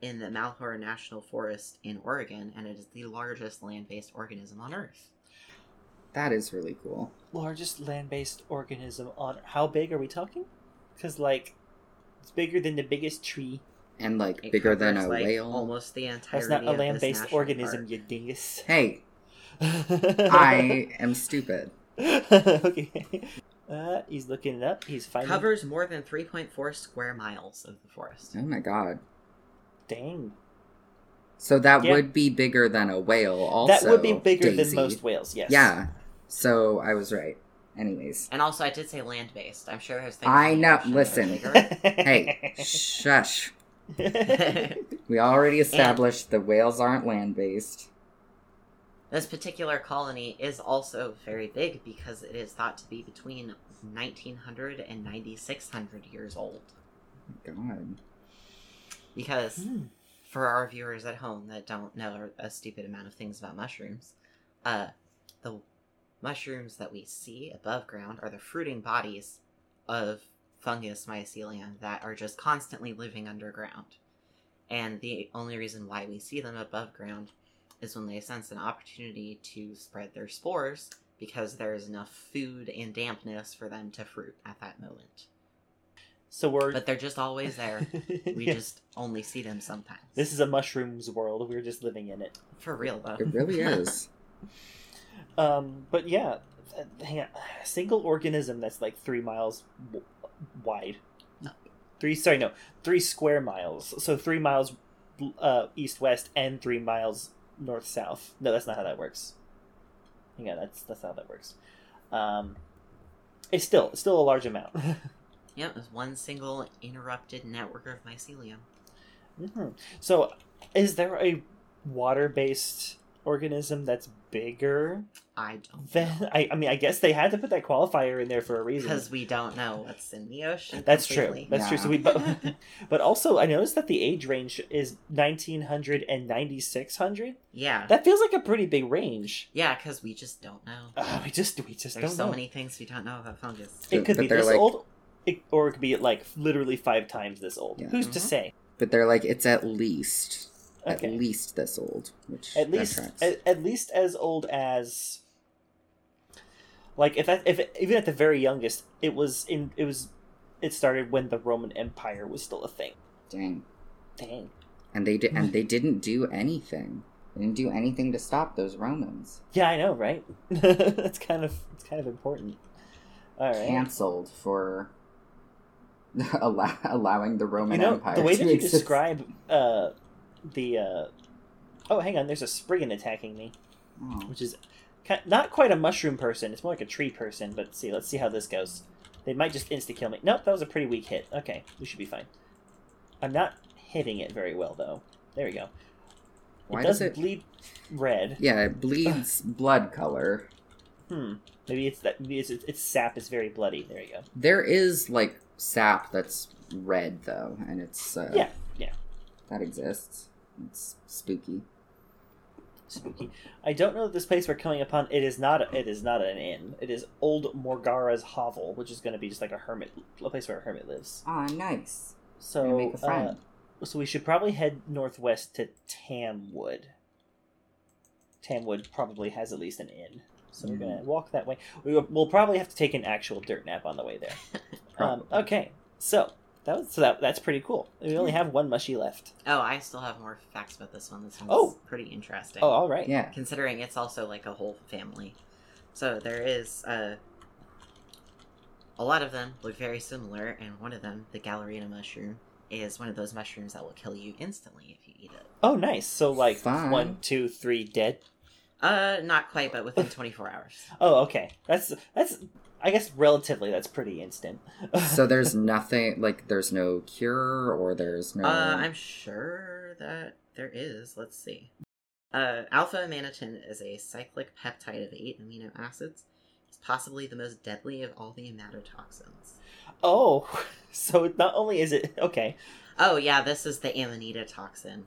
Speaker 3: in the Malheur National Forest in Oregon, and it is the largest land-based organism on Earth.
Speaker 2: That is really cool.
Speaker 1: largest land-based organism on how big are we talking because like it's bigger than the biggest tree
Speaker 2: And like
Speaker 3: It
Speaker 2: bigger than
Speaker 3: covers,
Speaker 2: a
Speaker 3: like,
Speaker 2: whale.
Speaker 3: Almost the entirety.
Speaker 1: that's not a
Speaker 3: of this
Speaker 1: land-based
Speaker 3: national
Speaker 1: organism
Speaker 3: park.
Speaker 1: you dingus
Speaker 2: Hey,
Speaker 1: i
Speaker 2: I am stupid.
Speaker 1: okay uh, he's looking it up he's finding
Speaker 3: Covers more than 3.4 square miles of the forest.
Speaker 2: Oh my god.
Speaker 1: dang
Speaker 2: So that
Speaker 1: Yeah.
Speaker 2: would be bigger than a whale also.
Speaker 1: that would be bigger than
Speaker 2: Daisy.
Speaker 1: most whales yes
Speaker 2: Yeah. So I was right. Anyways.
Speaker 3: And also, I did say land-based. I'm sure there's things.
Speaker 2: I
Speaker 3: in the
Speaker 2: know-
Speaker 3: ocean that are
Speaker 2: listen.
Speaker 3: bigger.
Speaker 2: Hey,
Speaker 1: hey
Speaker 2: shush. We already established the whales aren't land based.
Speaker 3: This particular colony is also very big because it is thought to be between 1900 and 9600 years old.
Speaker 2: God.
Speaker 3: Because for our viewers at home that don't know a stupid amount of things about mushrooms, uh, the mushrooms that we see above ground are the fruiting bodies of fungus mycelium that are just constantly living underground. And the only reason why we see them above ground is when they sense an opportunity to spread their spores because there is enough food and dampness for them to fruit at that moment.
Speaker 1: so we're
Speaker 3: But they're just always there. We
Speaker 1: Yeah.
Speaker 3: just only see them sometimes.
Speaker 1: this is a mushrooms world we're just living in it
Speaker 3: For real though.
Speaker 2: It really is.
Speaker 1: Um, but yeah, th- hang on. A single organism that's like three miles w- wide.
Speaker 3: No.
Speaker 1: Three, sorry, no, three square miles. So three miles uh, east west and three miles north south. No, that's not how that works. Hang on, that's that's not how that works. Um, it's still it's still a large amount.
Speaker 3: Yep, it was one single interrupted network of mycelium.
Speaker 1: Mhm. So, is there a water based organism that's bigger
Speaker 3: I don't
Speaker 1: than? I, I mean, I guess they had to put that qualifier in there for a reason.
Speaker 3: because we don't know what's in the ocean.
Speaker 1: That's true.
Speaker 3: completely.
Speaker 1: That's true. So we, but, but also, I noticed that the age range is 1900 and 9600.
Speaker 3: yeah,
Speaker 1: That feels like a pretty big range.
Speaker 3: yeah, because we just don't know.
Speaker 1: Uh, we just we just
Speaker 3: There's
Speaker 1: don't
Speaker 3: so
Speaker 1: know.
Speaker 3: many things we don't know about fungus.
Speaker 1: It could
Speaker 2: But
Speaker 1: be
Speaker 2: they're
Speaker 1: this
Speaker 2: like-
Speaker 1: old, it, or it could be like literally five times this old.
Speaker 2: Yeah.
Speaker 1: Who's to
Speaker 3: Mhm.
Speaker 1: say?
Speaker 2: But they're like, it's at least,
Speaker 1: Okay.
Speaker 2: at least this old. Which
Speaker 1: At
Speaker 2: that
Speaker 1: least
Speaker 2: tracks.
Speaker 1: at, at least as old as. Like if that, if even at the very youngest, it was in it was, it started when the Roman Empire was still a thing.
Speaker 2: Dang.
Speaker 1: Dang.
Speaker 2: And they did,
Speaker 1: Mm.
Speaker 2: and they didn't do anything. They didn't do anything to stop those Romans.
Speaker 1: Yeah, I know, right? it's kind of it's kind of important. All right.
Speaker 2: canceled for allow- allowing the Roman
Speaker 1: you know
Speaker 2: Empire.
Speaker 1: the way
Speaker 2: to
Speaker 1: that you
Speaker 2: exist.
Speaker 1: describe uh, the uh, oh hang on there's a spriggan attacking me
Speaker 2: Oh.
Speaker 1: which is ki not quite a mushroom person it's more like a tree person but see let's see how this goes they might just insta kill me nope that was a pretty weak hit okay we should be fine i'm not hitting it very well though there we go
Speaker 2: Why
Speaker 1: it
Speaker 2: does
Speaker 1: does
Speaker 2: it?
Speaker 1: bleed red
Speaker 2: Yeah, it bleeds blood color.
Speaker 1: hmm maybe it's that maybe it's, its sap is very bloody there you go
Speaker 2: There is like sap that's red though, and it's uh,
Speaker 1: Yeah, yeah.
Speaker 2: that exists. It's spooky.
Speaker 1: spooky. I don't know this place we're coming upon. It is not. It is not an inn. It is Old Morgara's hovel, which is going to be just like a hermit, a place where a hermit lives.
Speaker 2: Ah, nice. Gonna
Speaker 1: So,
Speaker 2: make a
Speaker 1: uh,
Speaker 2: friend.
Speaker 1: so we should probably head northwest to Tamwood. Tamwood probably has at least an inn, so we're
Speaker 2: Hmm.
Speaker 1: going to walk that way. We will, we'll probably have to take an actual dirt nap on the way there. Um,
Speaker 2: Probably.
Speaker 1: okay, so that was so that that's pretty cool. We
Speaker 2: Hmm.
Speaker 1: only have one mushy left.
Speaker 3: Oh, I still have more facts about this one. This one's
Speaker 1: Oh.
Speaker 3: pretty interesting.
Speaker 1: Oh, all right.
Speaker 2: Yeah.
Speaker 3: Considering it's also like a whole family. So there is uh, a lot of them look very similar, and one of them, the Gallerina mushroom, is one of those mushrooms that will kill you instantly if you eat it.
Speaker 1: Oh, nice. So like
Speaker 2: Fine.
Speaker 1: one, two, three, dead.
Speaker 3: Uh, not quite, but within 24 hours. Uh,
Speaker 1: Oh, okay. That's that's. I guess relatively, that's pretty instant.
Speaker 2: so there's nothing like there's no cure or there's no.
Speaker 3: Uh, I'm sure that there is. Let's see. Uh, alpha amanitin is a cyclic peptide of eight amino acids. It's possibly the most deadly of all the amatotoxins.
Speaker 1: oh, so not only is it okay.
Speaker 3: Oh yeah, this is the Amanita toxin.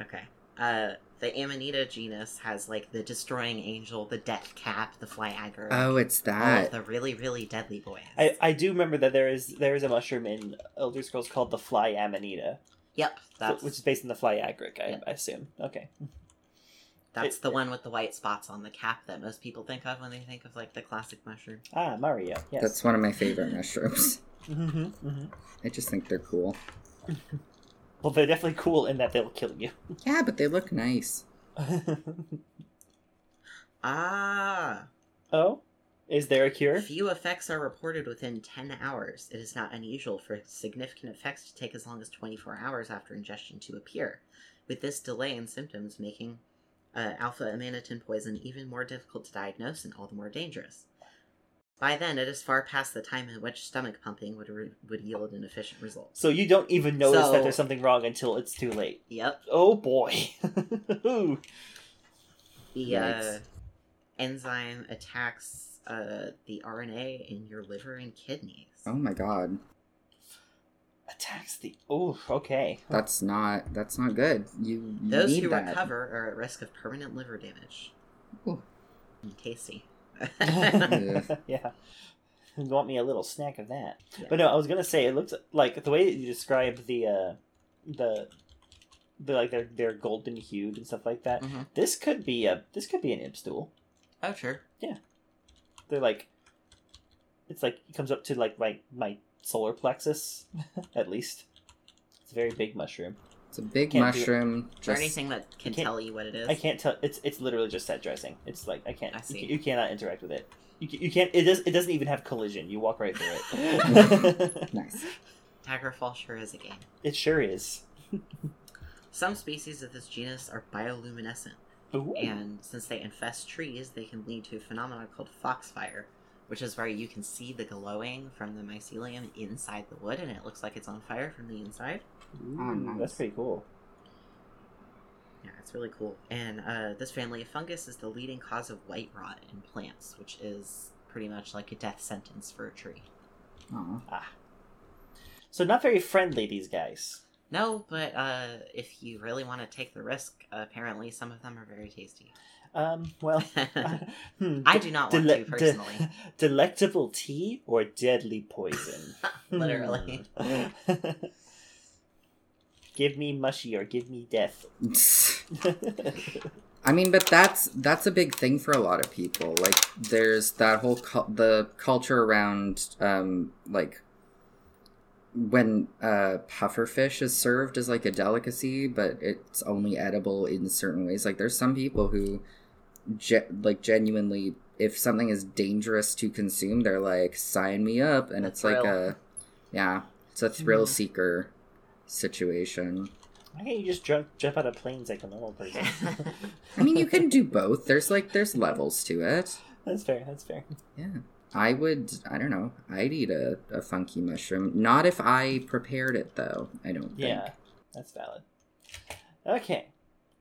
Speaker 3: Okay. Uh the Amanita genus has like the destroying angel, the death cap, the flyagra.
Speaker 2: oh, it's
Speaker 3: all of
Speaker 2: that.
Speaker 3: the really, really deadly boys.
Speaker 1: I, I do remember that there is there is a mushroom in Elder Scrolls called the Fly Amanita,
Speaker 3: Yep, that's
Speaker 1: which is based on the Fly Agric, I,
Speaker 3: Yeah.
Speaker 1: I assume. Okay.
Speaker 3: that's
Speaker 1: it-
Speaker 3: the one with the white spots on the cap that most people think of when they think of like the classic mushroom.
Speaker 1: Ah, Mario. Yes.
Speaker 2: That's one of my favorite mushrooms.
Speaker 1: hmm hmm
Speaker 2: I just think they're cool.
Speaker 1: Well, they're definitely cool in that they'll kill you.
Speaker 2: Yeah, but they look nice.
Speaker 3: Ah,
Speaker 1: oh, is there a cure?
Speaker 3: few effects are reported within 10 hours. It is not unusual for significant effects to take as long as 24 hours after ingestion to appear, with this delay in symptoms making uh, alpha amanitin poison even more difficult to diagnose and all the more dangerous. By then, it is far past the time in which stomach pumping would, re- would yield an efficient result.
Speaker 1: So you don't even notice
Speaker 3: So-
Speaker 1: that there's something wrong until it's too late.
Speaker 3: Yep.
Speaker 1: Oh boy. Ooh.
Speaker 3: The uh,
Speaker 2: Yikes.
Speaker 3: enzyme attacks uh, the RNA in your liver and kidneys.
Speaker 2: Oh my god,
Speaker 1: attacks the oh okay
Speaker 2: that's not that's not good. You you
Speaker 3: Those
Speaker 2: need
Speaker 3: who
Speaker 2: that.
Speaker 3: recover are at risk of permanent liver damage.
Speaker 2: Ooh. Mm-hmm.
Speaker 3: Mm, Tasty.
Speaker 1: yeah you want me a little snack of that but no i was gonna say it looks like the way that you describe the uh the the like they're they're golden hued and stuff like that
Speaker 3: Mhm.
Speaker 1: this could be a this could be an imp stool
Speaker 3: Oh, sure.
Speaker 1: they're like it's like it comes up to like my my solar plexus at least it's a very big mushroom
Speaker 2: It's a big
Speaker 1: Can't do it.
Speaker 2: mushroom.
Speaker 3: Or
Speaker 2: Just
Speaker 3: anything that can
Speaker 1: I can't-
Speaker 3: tell you what it is.
Speaker 1: I can't tell. It's it's literally just set dressing. It's like I can't.
Speaker 3: I
Speaker 1: you
Speaker 3: see.
Speaker 1: ca- You, cannot interact with it. You, ca- you can't. It does. It doesn't even have collision. You walk right through it.
Speaker 2: nice.
Speaker 3: Daggerfall sure is a game.
Speaker 1: it sure is.
Speaker 3: Some species of this genus are bioluminescent,
Speaker 1: Ooh.
Speaker 3: and since they infest trees, they can lead to a phenomenon called foxfire, which is where you can see the glowing from the mycelium inside the wood, and it looks like it's on fire from the inside. Oh,
Speaker 1: Ooh,
Speaker 2: nice.
Speaker 1: That's pretty cool.
Speaker 3: Yeah, it's really cool. And uh, this family of fungus is the leading cause of white rot in plants, which is pretty much like a death sentence for a tree.
Speaker 2: Aw.
Speaker 1: So not very friendly these guys.
Speaker 3: No, but uh, if you really want to take the risk, apparently some of them are very tasty.
Speaker 1: Um. Well. hmm,
Speaker 3: I do not want
Speaker 1: dele-
Speaker 3: to
Speaker 1: de-
Speaker 3: personally.
Speaker 1: delectable tea or deadly poison.
Speaker 3: Literally.
Speaker 1: Hmm. give me mushy or give me death.
Speaker 2: I mean, but that's that's a big thing for a lot of people. Like, there's that whole cul the culture around um, like when uh, pufferfish is served as like a delicacy, but it's only edible in certain ways. Like, there's some people who ge- like genuinely if something is dangerous to consume, they're like, sign me up. And
Speaker 3: A
Speaker 2: it's like
Speaker 3: thrill. Hmm.
Speaker 2: a, yeah, it's a thrill
Speaker 1: Mhm.
Speaker 2: seeker situation.
Speaker 1: Why can't you just jump jump out of planes like a normal person?
Speaker 2: I mean, you can do both. There's like, there's levels to it.
Speaker 1: that's fair. That's fair.
Speaker 2: I would, I don't know, I'd eat a, a funky mushroom. Not if I prepared it, though, I don't think.
Speaker 1: Yeah, that's valid. Okay.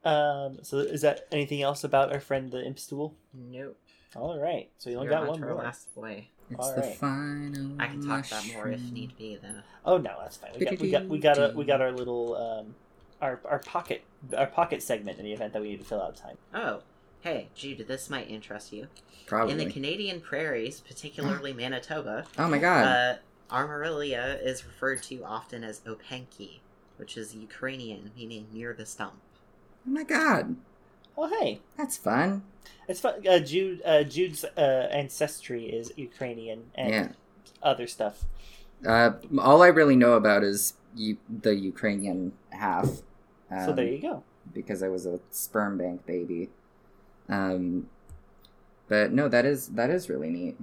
Speaker 1: Um, so is that anything else about our friend the imp stool?
Speaker 3: nope.
Speaker 1: All right. So you only
Speaker 3: You're
Speaker 1: got
Speaker 3: on
Speaker 1: one
Speaker 3: to our
Speaker 1: more.
Speaker 3: last boy.
Speaker 2: It's
Speaker 1: All
Speaker 2: the
Speaker 1: right.
Speaker 2: final.
Speaker 3: I can talk about more if
Speaker 2: mushroom.
Speaker 3: need be, though.
Speaker 1: Oh no, that's fine. We got we got we got a, we got our little um, our our pocket our pocket segment in the event that we need to fill out time.
Speaker 3: Oh, hey, Jude, this might interest you.
Speaker 2: Probably.
Speaker 3: In the Canadian prairies, particularly Manitoba,
Speaker 2: oh my god.
Speaker 3: uh, Armorelia is referred to often as Openki, which is Ukrainian, meaning near the stump.
Speaker 2: oh my god.
Speaker 1: Oh hey,
Speaker 2: That's fun.
Speaker 1: it's fun. Uh, Jude uh, Jude's uh, ancestry is Ukrainian and
Speaker 2: Yeah.
Speaker 1: other stuff.
Speaker 2: Uh, all I really know about is you, the Ukrainian half. Um,
Speaker 1: so there you go.
Speaker 2: Because I was a sperm bank baby. Um, but no, that is that is really neat.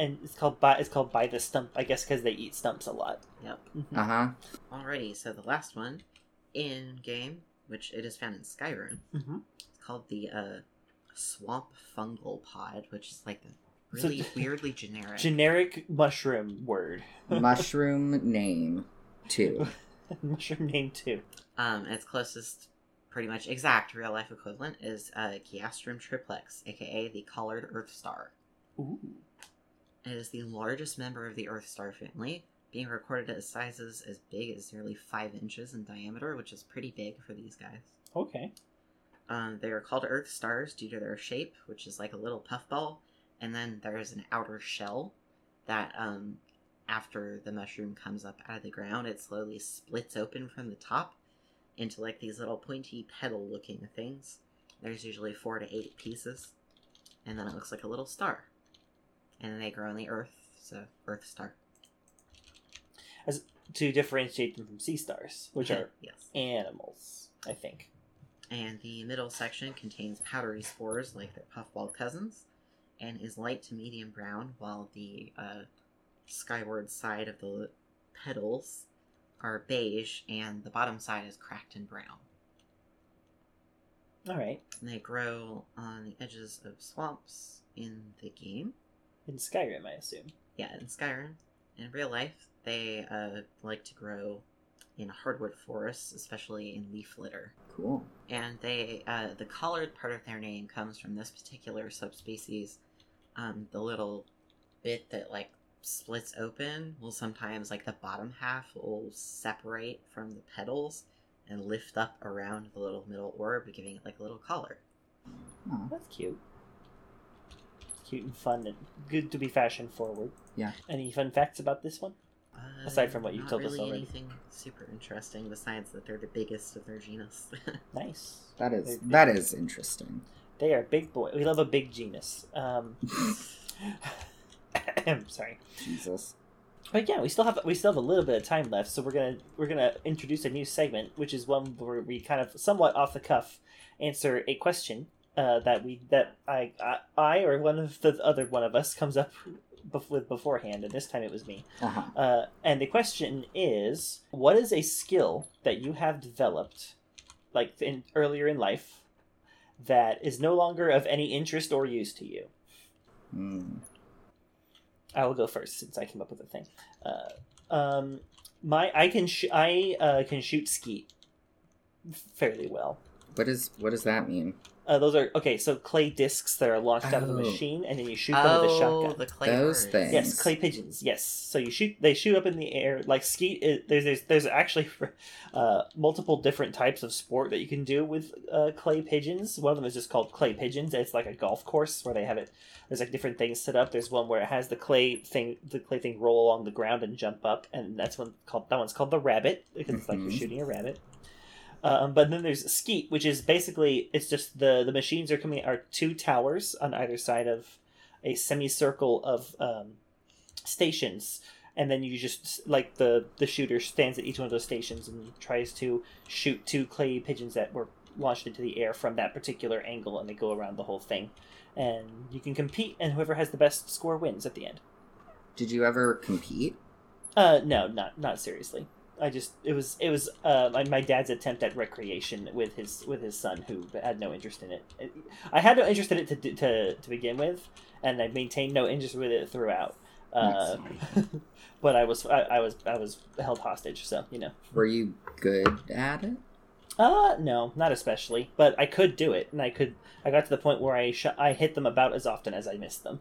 Speaker 1: And it's called by it's called by the stump, I guess, because they eat stumps a lot.
Speaker 3: Yep.
Speaker 1: Mhm.
Speaker 2: Uh huh.
Speaker 3: Alrighty, so the last one in game, which it is found in Skyrim,
Speaker 1: Mhm.
Speaker 3: it's called the uh, Swamp Fungal Pod, which is like a
Speaker 1: So-
Speaker 3: really weirdly generic.
Speaker 1: Generic mushroom word.
Speaker 2: Mushroom name, too.
Speaker 1: mushroom name too.
Speaker 3: um, its closest, pretty much exact real life equivalent is uh, Giastrum triplex, aka the collared Earth Star.
Speaker 1: Ooh.
Speaker 3: It is the largest member of the Earth Star family, being recorded at sizes as big as nearly 5 inches in diameter, which is pretty big for these guys.
Speaker 1: Okay.
Speaker 3: Um, they are called Earth Stars due to their shape, which is like a little puffball, and then there is an outer shell that, um, after the mushroom comes up out of the ground, it slowly splits open from the top into like these little pointy petal looking things. There's usually four to eight pieces, and then it looks like a little star. And they grow on the Earth, so Earth Star.
Speaker 1: To differentiate them from sea stars, which are
Speaker 3: yes.
Speaker 1: animals, I think.
Speaker 3: and the middle section contains powdery spores like their puffball cousins and is light to medium brown while the uh, skyward side of the petals are beige and the bottom side is cracked and brown
Speaker 1: All right.
Speaker 3: and they grow on the edges of swamps in the game
Speaker 1: In Skyrim, I assume.
Speaker 3: yeah in skyrim in real life they uh, like to grow in hardwood forests especially in leaf litter
Speaker 2: Cool.
Speaker 3: and they uh, the collared part of their name comes from this particular subspecies. Um, the little bit that like splits open will sometimes like the bottom half will separate from the petals and lift up around the little middle orb, giving it like a little collar.
Speaker 2: Aw.
Speaker 1: That's cute. Cute and fun and good to be fashion forward.
Speaker 2: Yeah.
Speaker 1: Any fun facts about this one?
Speaker 3: Uh,
Speaker 1: Aside from what you
Speaker 3: not
Speaker 1: told us
Speaker 3: really
Speaker 1: already.
Speaker 3: anything super interesting besides that they're the biggest of their genus.
Speaker 1: Nice.
Speaker 2: That
Speaker 1: They're
Speaker 2: is that is interesting.
Speaker 1: They are big boy. We love a big genus. Um, sorry.
Speaker 2: Jesus.
Speaker 1: But yeah, we still have we still have a little bit of time left, so we're gonna we're gonna introduce a new segment, which is one where we kind of somewhat off the cuff answer a question uh, that we that I, I I or one of the other one of us comes up bef- with beforehand, and this time it was me.
Speaker 2: Uh huh.
Speaker 1: Uh, and the question is, what is a skill that you have developed, like in earlier in life, that is no longer of any interest or use to you?
Speaker 2: Mm.
Speaker 1: I will go first since I came up with a thing. Uh, um, my I can sh- I uh, can shoot skeet fairly well.
Speaker 2: What is what does that mean?
Speaker 1: Uh, those are okay. So clay discs that are launched out of the
Speaker 2: Oh.
Speaker 1: machine, and then you shoot them with a
Speaker 3: oh,
Speaker 1: shotgun.
Speaker 3: the clay
Speaker 2: Those
Speaker 3: birds.
Speaker 2: things.
Speaker 1: Yes, clay pigeons. Yes, so you shoot. They shoot up in the air like skeet. Is, there's there's there's actually uh, multiple different types of sport that you can do with uh, clay pigeons. One of them is just called clay pigeons. It's like a golf course where they have it. There's like different things set up. There's one where it has the clay thing, the clay thing roll along the ground and jump up, and that's one called that one's called the rabbit because it's like you're
Speaker 2: Mhm.
Speaker 1: shooting a rabbit. Um, but then there's skeet, which is basically it's just the the machines are coming are two towers on either side of a semicircle of um, stations, and then you just like the the shooter stands at each one of those stations and tries to shoot two clay pigeons that were launched into the air from that particular angle, and they go around the whole thing. And you can compete, and whoever has the best score wins at the end.
Speaker 2: Did you ever compete?
Speaker 1: Uh, no, not not seriously. I just it was it was uh my, my dad's attempt at recreation with his with his son who had no interest in it. I had no interest in it to to to begin with, and I maintained no interest with it throughout. Uh, but I was I, I was I was held hostage, so you know.
Speaker 2: Were you good at it?
Speaker 1: Uh, no, not especially. But I could do it, and I could. I got to the point where I sh- I hit them about as often as I missed them.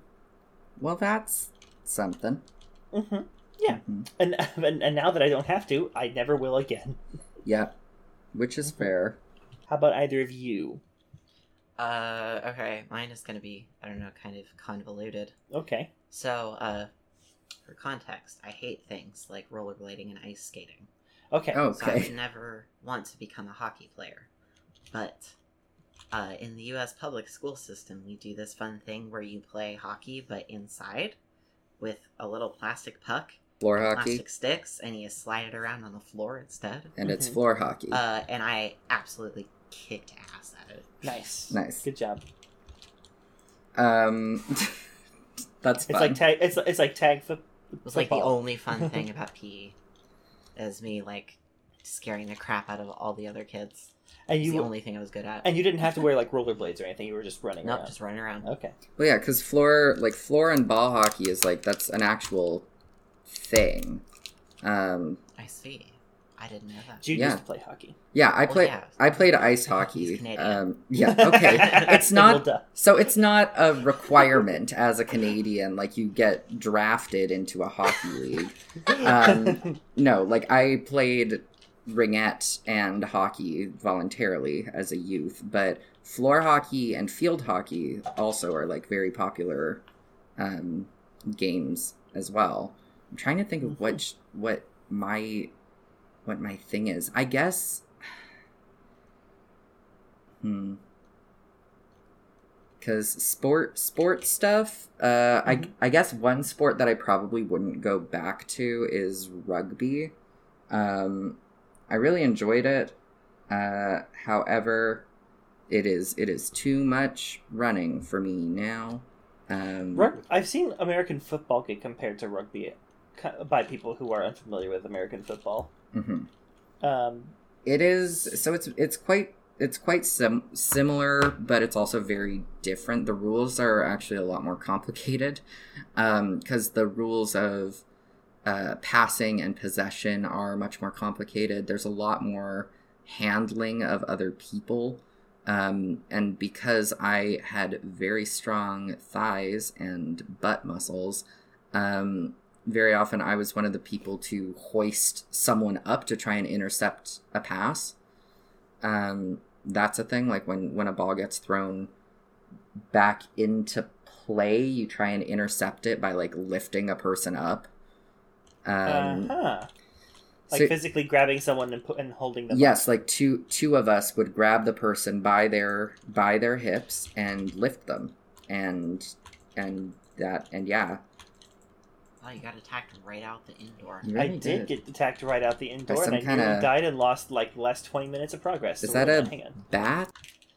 Speaker 2: Well, that's something.
Speaker 1: hmm Yeah.
Speaker 2: Mhm.
Speaker 1: And, and and now that I don't have to, I never will again.
Speaker 2: Yep. Which is
Speaker 1: Mm-hmm.
Speaker 2: fair.
Speaker 1: How about either of you?
Speaker 3: Uh, okay, mine is gonna be, I don't know, kind of convoluted.
Speaker 1: Okay.
Speaker 3: So, uh, for context, I hate things like rollerblading and ice skating.
Speaker 1: Okay.
Speaker 2: Oh.
Speaker 3: So I
Speaker 2: Okay.
Speaker 3: would never want to become a hockey player. But uh, in the U.S. public school system, we do this fun thing where you play hockey, but inside with a little plastic puck,
Speaker 2: Floor hockey,
Speaker 3: plastic sticks, and you slide it around on the floor instead.
Speaker 2: and it's
Speaker 1: Mhm.
Speaker 2: floor hockey.
Speaker 3: Uh, and I absolutely kicked ass at it.
Speaker 1: Nice.
Speaker 2: Nice.
Speaker 1: Good job.
Speaker 2: Um, that's
Speaker 1: It's
Speaker 2: fun.
Speaker 1: like tag. It's it's like tag foot.
Speaker 3: It was like the only fun thing about PE, is me like scaring the crap out of all the other kids.
Speaker 1: And
Speaker 3: It's the
Speaker 1: you
Speaker 3: only thing I was good at.
Speaker 1: and you didn't have to wear like rollerblades or anything. You were uh, just running
Speaker 3: nope,
Speaker 1: around.
Speaker 3: just running around.
Speaker 1: Okay.
Speaker 2: well, yeah, because floor, like floor and ball hockey is like that's an actual thing. Um,
Speaker 3: I see. I didn't know that.
Speaker 1: Jude
Speaker 2: Yeah.
Speaker 1: used to play hockey.
Speaker 2: yeah, I
Speaker 3: Well,
Speaker 2: play.
Speaker 3: yeah.
Speaker 2: I played ice
Speaker 3: He's
Speaker 2: hockey.
Speaker 3: Canadian.
Speaker 2: Um, yeah, okay. It's not-
Speaker 1: Well done.
Speaker 2: So it's not a requirement as a Canadian, like you get drafted into a hockey league. Um, no, like I played ringette and hockey voluntarily as a youth, but floor hockey and field hockey also are like very popular um, games as well. I'm trying to think of what what my what my thing is. I guess. Hmm because sport sport stuff uh
Speaker 1: Mhm.
Speaker 2: I, I guess one sport that i probably wouldn't go back to is rugby um i really enjoyed it uh however it is it is too much running for me now um
Speaker 1: Rug- I've seen American football get compared to rugby co- by people who are unfamiliar with American football.
Speaker 2: mhm.
Speaker 1: Um,
Speaker 2: it is so it's it's quite it's quite sim- similar but it's also very different the rules are actually a lot more complicated because the rules of uh, passing and possession are much more complicated there's a lot more handling of other people um, and because i had very strong thighs and butt muscles um, very often I was one of the people to hoist someone up to try and intercept a pass. Um, that's a thing. Like when when a ball gets thrown back into play, you try and intercept it by like lifting a person up. Um,
Speaker 1: uh-huh. Like
Speaker 2: so-
Speaker 1: physically grabbing someone and, pu- and holding them.
Speaker 2: yes like two two of us would grab the person by their by their hips and lift them and and that and yeah
Speaker 3: Oh, you got attacked right out the indoor.
Speaker 2: you
Speaker 1: Up. I
Speaker 2: really
Speaker 1: did get attacked right out the indoor,
Speaker 2: some
Speaker 1: and I
Speaker 2: kinda-
Speaker 1: nearly died and lost like the last twenty minutes of progress.
Speaker 2: Is
Speaker 1: So
Speaker 2: that
Speaker 1: hold
Speaker 2: a-
Speaker 1: on, Hang on.
Speaker 2: bat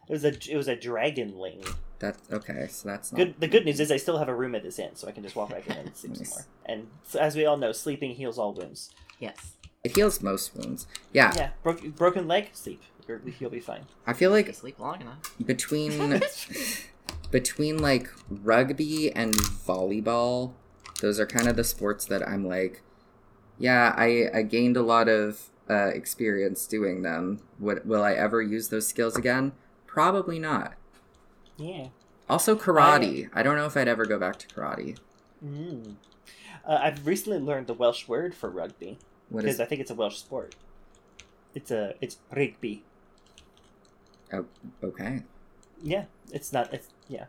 Speaker 1: It was a it was a dragonling.
Speaker 2: that okay so that's not
Speaker 1: Good. The good news is I still have a room at this inn, so I can just walk back in and sleep
Speaker 2: Nice.
Speaker 1: some more. And so, as we all know, sleeping heals all wounds.
Speaker 3: Yes.
Speaker 2: It heals most wounds. Yeah,
Speaker 1: Yeah, bro- broken leg, sleep. You're, you'll be fine.
Speaker 2: I feel
Speaker 3: You
Speaker 2: like
Speaker 3: sleep long enough.
Speaker 2: between between like rugby and volleyball, those are kind of the sports that I'm like, yeah, I I gained a lot of uh, experience doing them. Would will I ever use those skills again? Probably not.
Speaker 1: Yeah.
Speaker 2: Also, karate. I don't know if I'd ever go back to karate.
Speaker 1: Mm. Uh, I've recently learned the Welsh word for rugby
Speaker 2: What
Speaker 1: because
Speaker 2: is?
Speaker 1: I think it's a Welsh sport. It's a it's rugby.
Speaker 2: Okay.
Speaker 1: Yeah, it's not. It's yeah.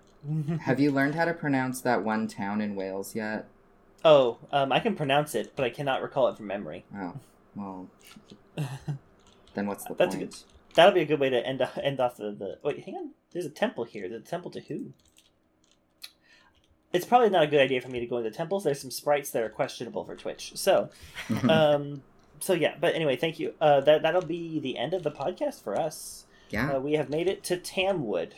Speaker 2: Have you learned how to pronounce that one town in Wales yet?
Speaker 1: oh, um, I can pronounce it, but I cannot recall it from memory.
Speaker 2: Oh, well, then what's the
Speaker 1: That's a
Speaker 2: point?
Speaker 1: good- That'll be a good way to end end off the, the wait. Hang on, there's a temple here. The temple to who? It's probably not a good idea for me to go into temples. There's some sprites that are questionable for Twitch. So, um, so yeah. But anyway, thank you. Uh, that that'll be the end of the podcast for us.
Speaker 2: Yeah.
Speaker 1: Uh, we have made it to Tamwood.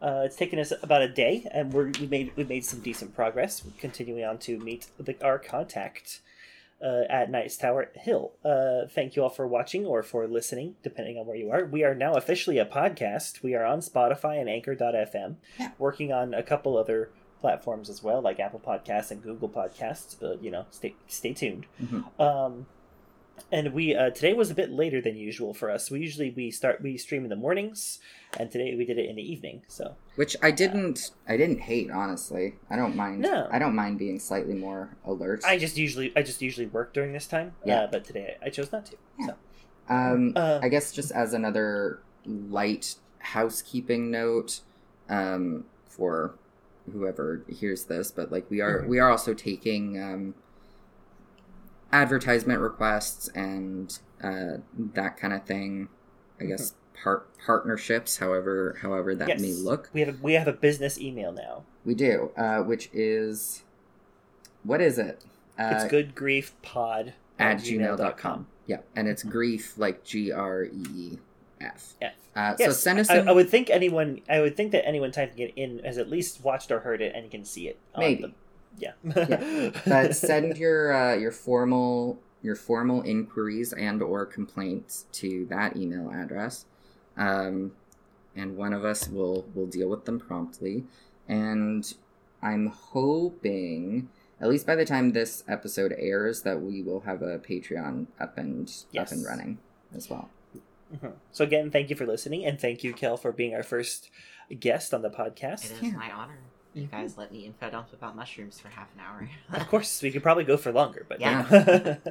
Speaker 1: Uh, it's taken us about a day, and we're, we made we made some decent progress. We're continuing on to meet the, our contact uh, at Knight's Tower Hill. Uh, thank you all for watching or for listening, depending on where you are. We are now officially a podcast. We are on Spotify and Anchor.fm,
Speaker 2: Yeah.
Speaker 1: working on a couple other platforms as well, like Apple Podcasts and Google Podcasts. But you know, stay stay tuned.
Speaker 2: Mhm.
Speaker 1: Um, and we uh, today was a bit later than usual for us. We usually we start we stream in the mornings, and today we did it in the evening. So
Speaker 2: Which I didn't. I didn't hate. Honestly, I don't mind.
Speaker 1: No.
Speaker 2: I don't mind being slightly more alert.
Speaker 1: I just usually I just usually work during this time.
Speaker 2: Yeah.
Speaker 1: Uh, but today I chose not to.
Speaker 2: um,
Speaker 1: Uh,
Speaker 2: I guess just as another light housekeeping note um, for whoever hears this, but like we are
Speaker 1: Mhm.
Speaker 2: we are also taking um, advertisement requests and uh, that kind of thing. I
Speaker 1: Mm-hmm.
Speaker 2: guess part partnerships, however however that may
Speaker 1: Yes.
Speaker 2: look.
Speaker 1: we have a, we have a business email now.
Speaker 2: We do, uh, which is what is it? Uh,
Speaker 1: it's good grief pod
Speaker 2: at gmail.com. Yeah, and
Speaker 1: Mm-hmm.
Speaker 2: it's grief like G R E E F.
Speaker 1: Yeah.
Speaker 2: Uh, So
Speaker 1: Yes,
Speaker 2: send us.
Speaker 1: I,
Speaker 2: an-
Speaker 1: I would think anyone I would think that anyone typing it in has at least watched or heard it and can see it. on
Speaker 2: Maybe.
Speaker 1: the- yeah.
Speaker 2: but send your uh, your formal your formal inquiries and or complaints to that email address, um, and one of us will will deal with them promptly. And I'm hoping, at least by the time this episode airs, that we will have a Patreon up and up
Speaker 1: Yes.
Speaker 2: and running as well.
Speaker 1: Mhm. So again, thank you for listening, and thank you, Kel, for being our first guest on the
Speaker 3: It
Speaker 1: podcast.
Speaker 3: is
Speaker 2: Yeah.
Speaker 3: my honor. You
Speaker 1: Mm-hmm.
Speaker 3: guys let me info dump about mushrooms for half an hour.
Speaker 1: Of course, we could probably go for longer, but
Speaker 3: Yeah.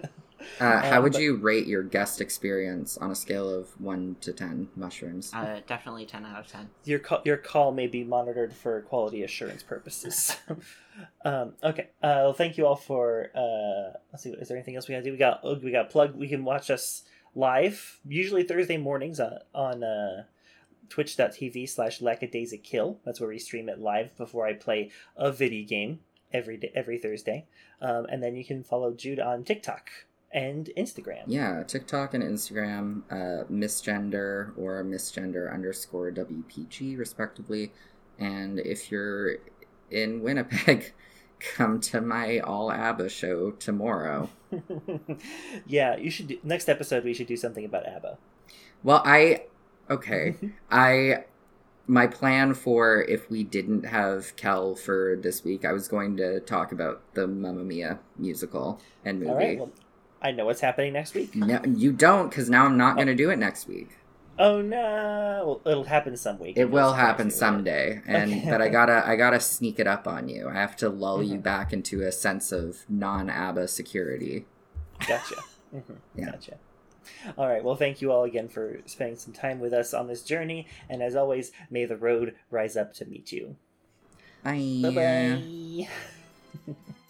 Speaker 2: Uh, how
Speaker 1: Um,
Speaker 2: would
Speaker 1: but-
Speaker 2: you rate your guest experience on a scale of one to ten mushrooms?
Speaker 3: uh, definitely 10 out of 10.
Speaker 1: your call, your call may be monitored for quality assurance purposes. um, okay. Uh, well, thank you all for. Uh, let's see. Is there anything else we got to do? We got oh, we got plug. We can watch us live usually Thursday mornings on on uh, twitch.tv slash lackadaisic kill. That's where we stream it live before I play a video game every day, every Thursday. Um, and then you can follow Jude on TikTok and Instagram.
Speaker 2: Yeah, TikTok and Instagram, uh, misgender or misgender underscore WPG, respectively. And if you're in Winnipeg, come to my All ABBA show tomorrow.
Speaker 1: yeah, you should. Do, next episode, we should do something about ABBA.
Speaker 2: Well, I. Okay. I my plan for if we didn't have Kel for this week, I was going to talk about the Mamma Mia musical and movie.
Speaker 1: All right. Well, I know what's happening next week.
Speaker 2: No, you don't, because now I'm not going to do it next week.
Speaker 1: Oh no! Well, it'll happen some week.
Speaker 2: It will
Speaker 1: Surprise
Speaker 2: happen
Speaker 1: me.
Speaker 2: someday, and
Speaker 1: Okay.
Speaker 2: but I gotta I gotta sneak it up on you. I have to lull you
Speaker 1: Mhm.
Speaker 2: back into a sense of non ABBA security.
Speaker 1: Gotcha. hmm
Speaker 2: Yeah.
Speaker 1: Gotcha. All right. Well, thank you all again for spending some time with us on this journey, and as always, may the road rise up to meet you.
Speaker 2: Bye.
Speaker 1: Bye bye.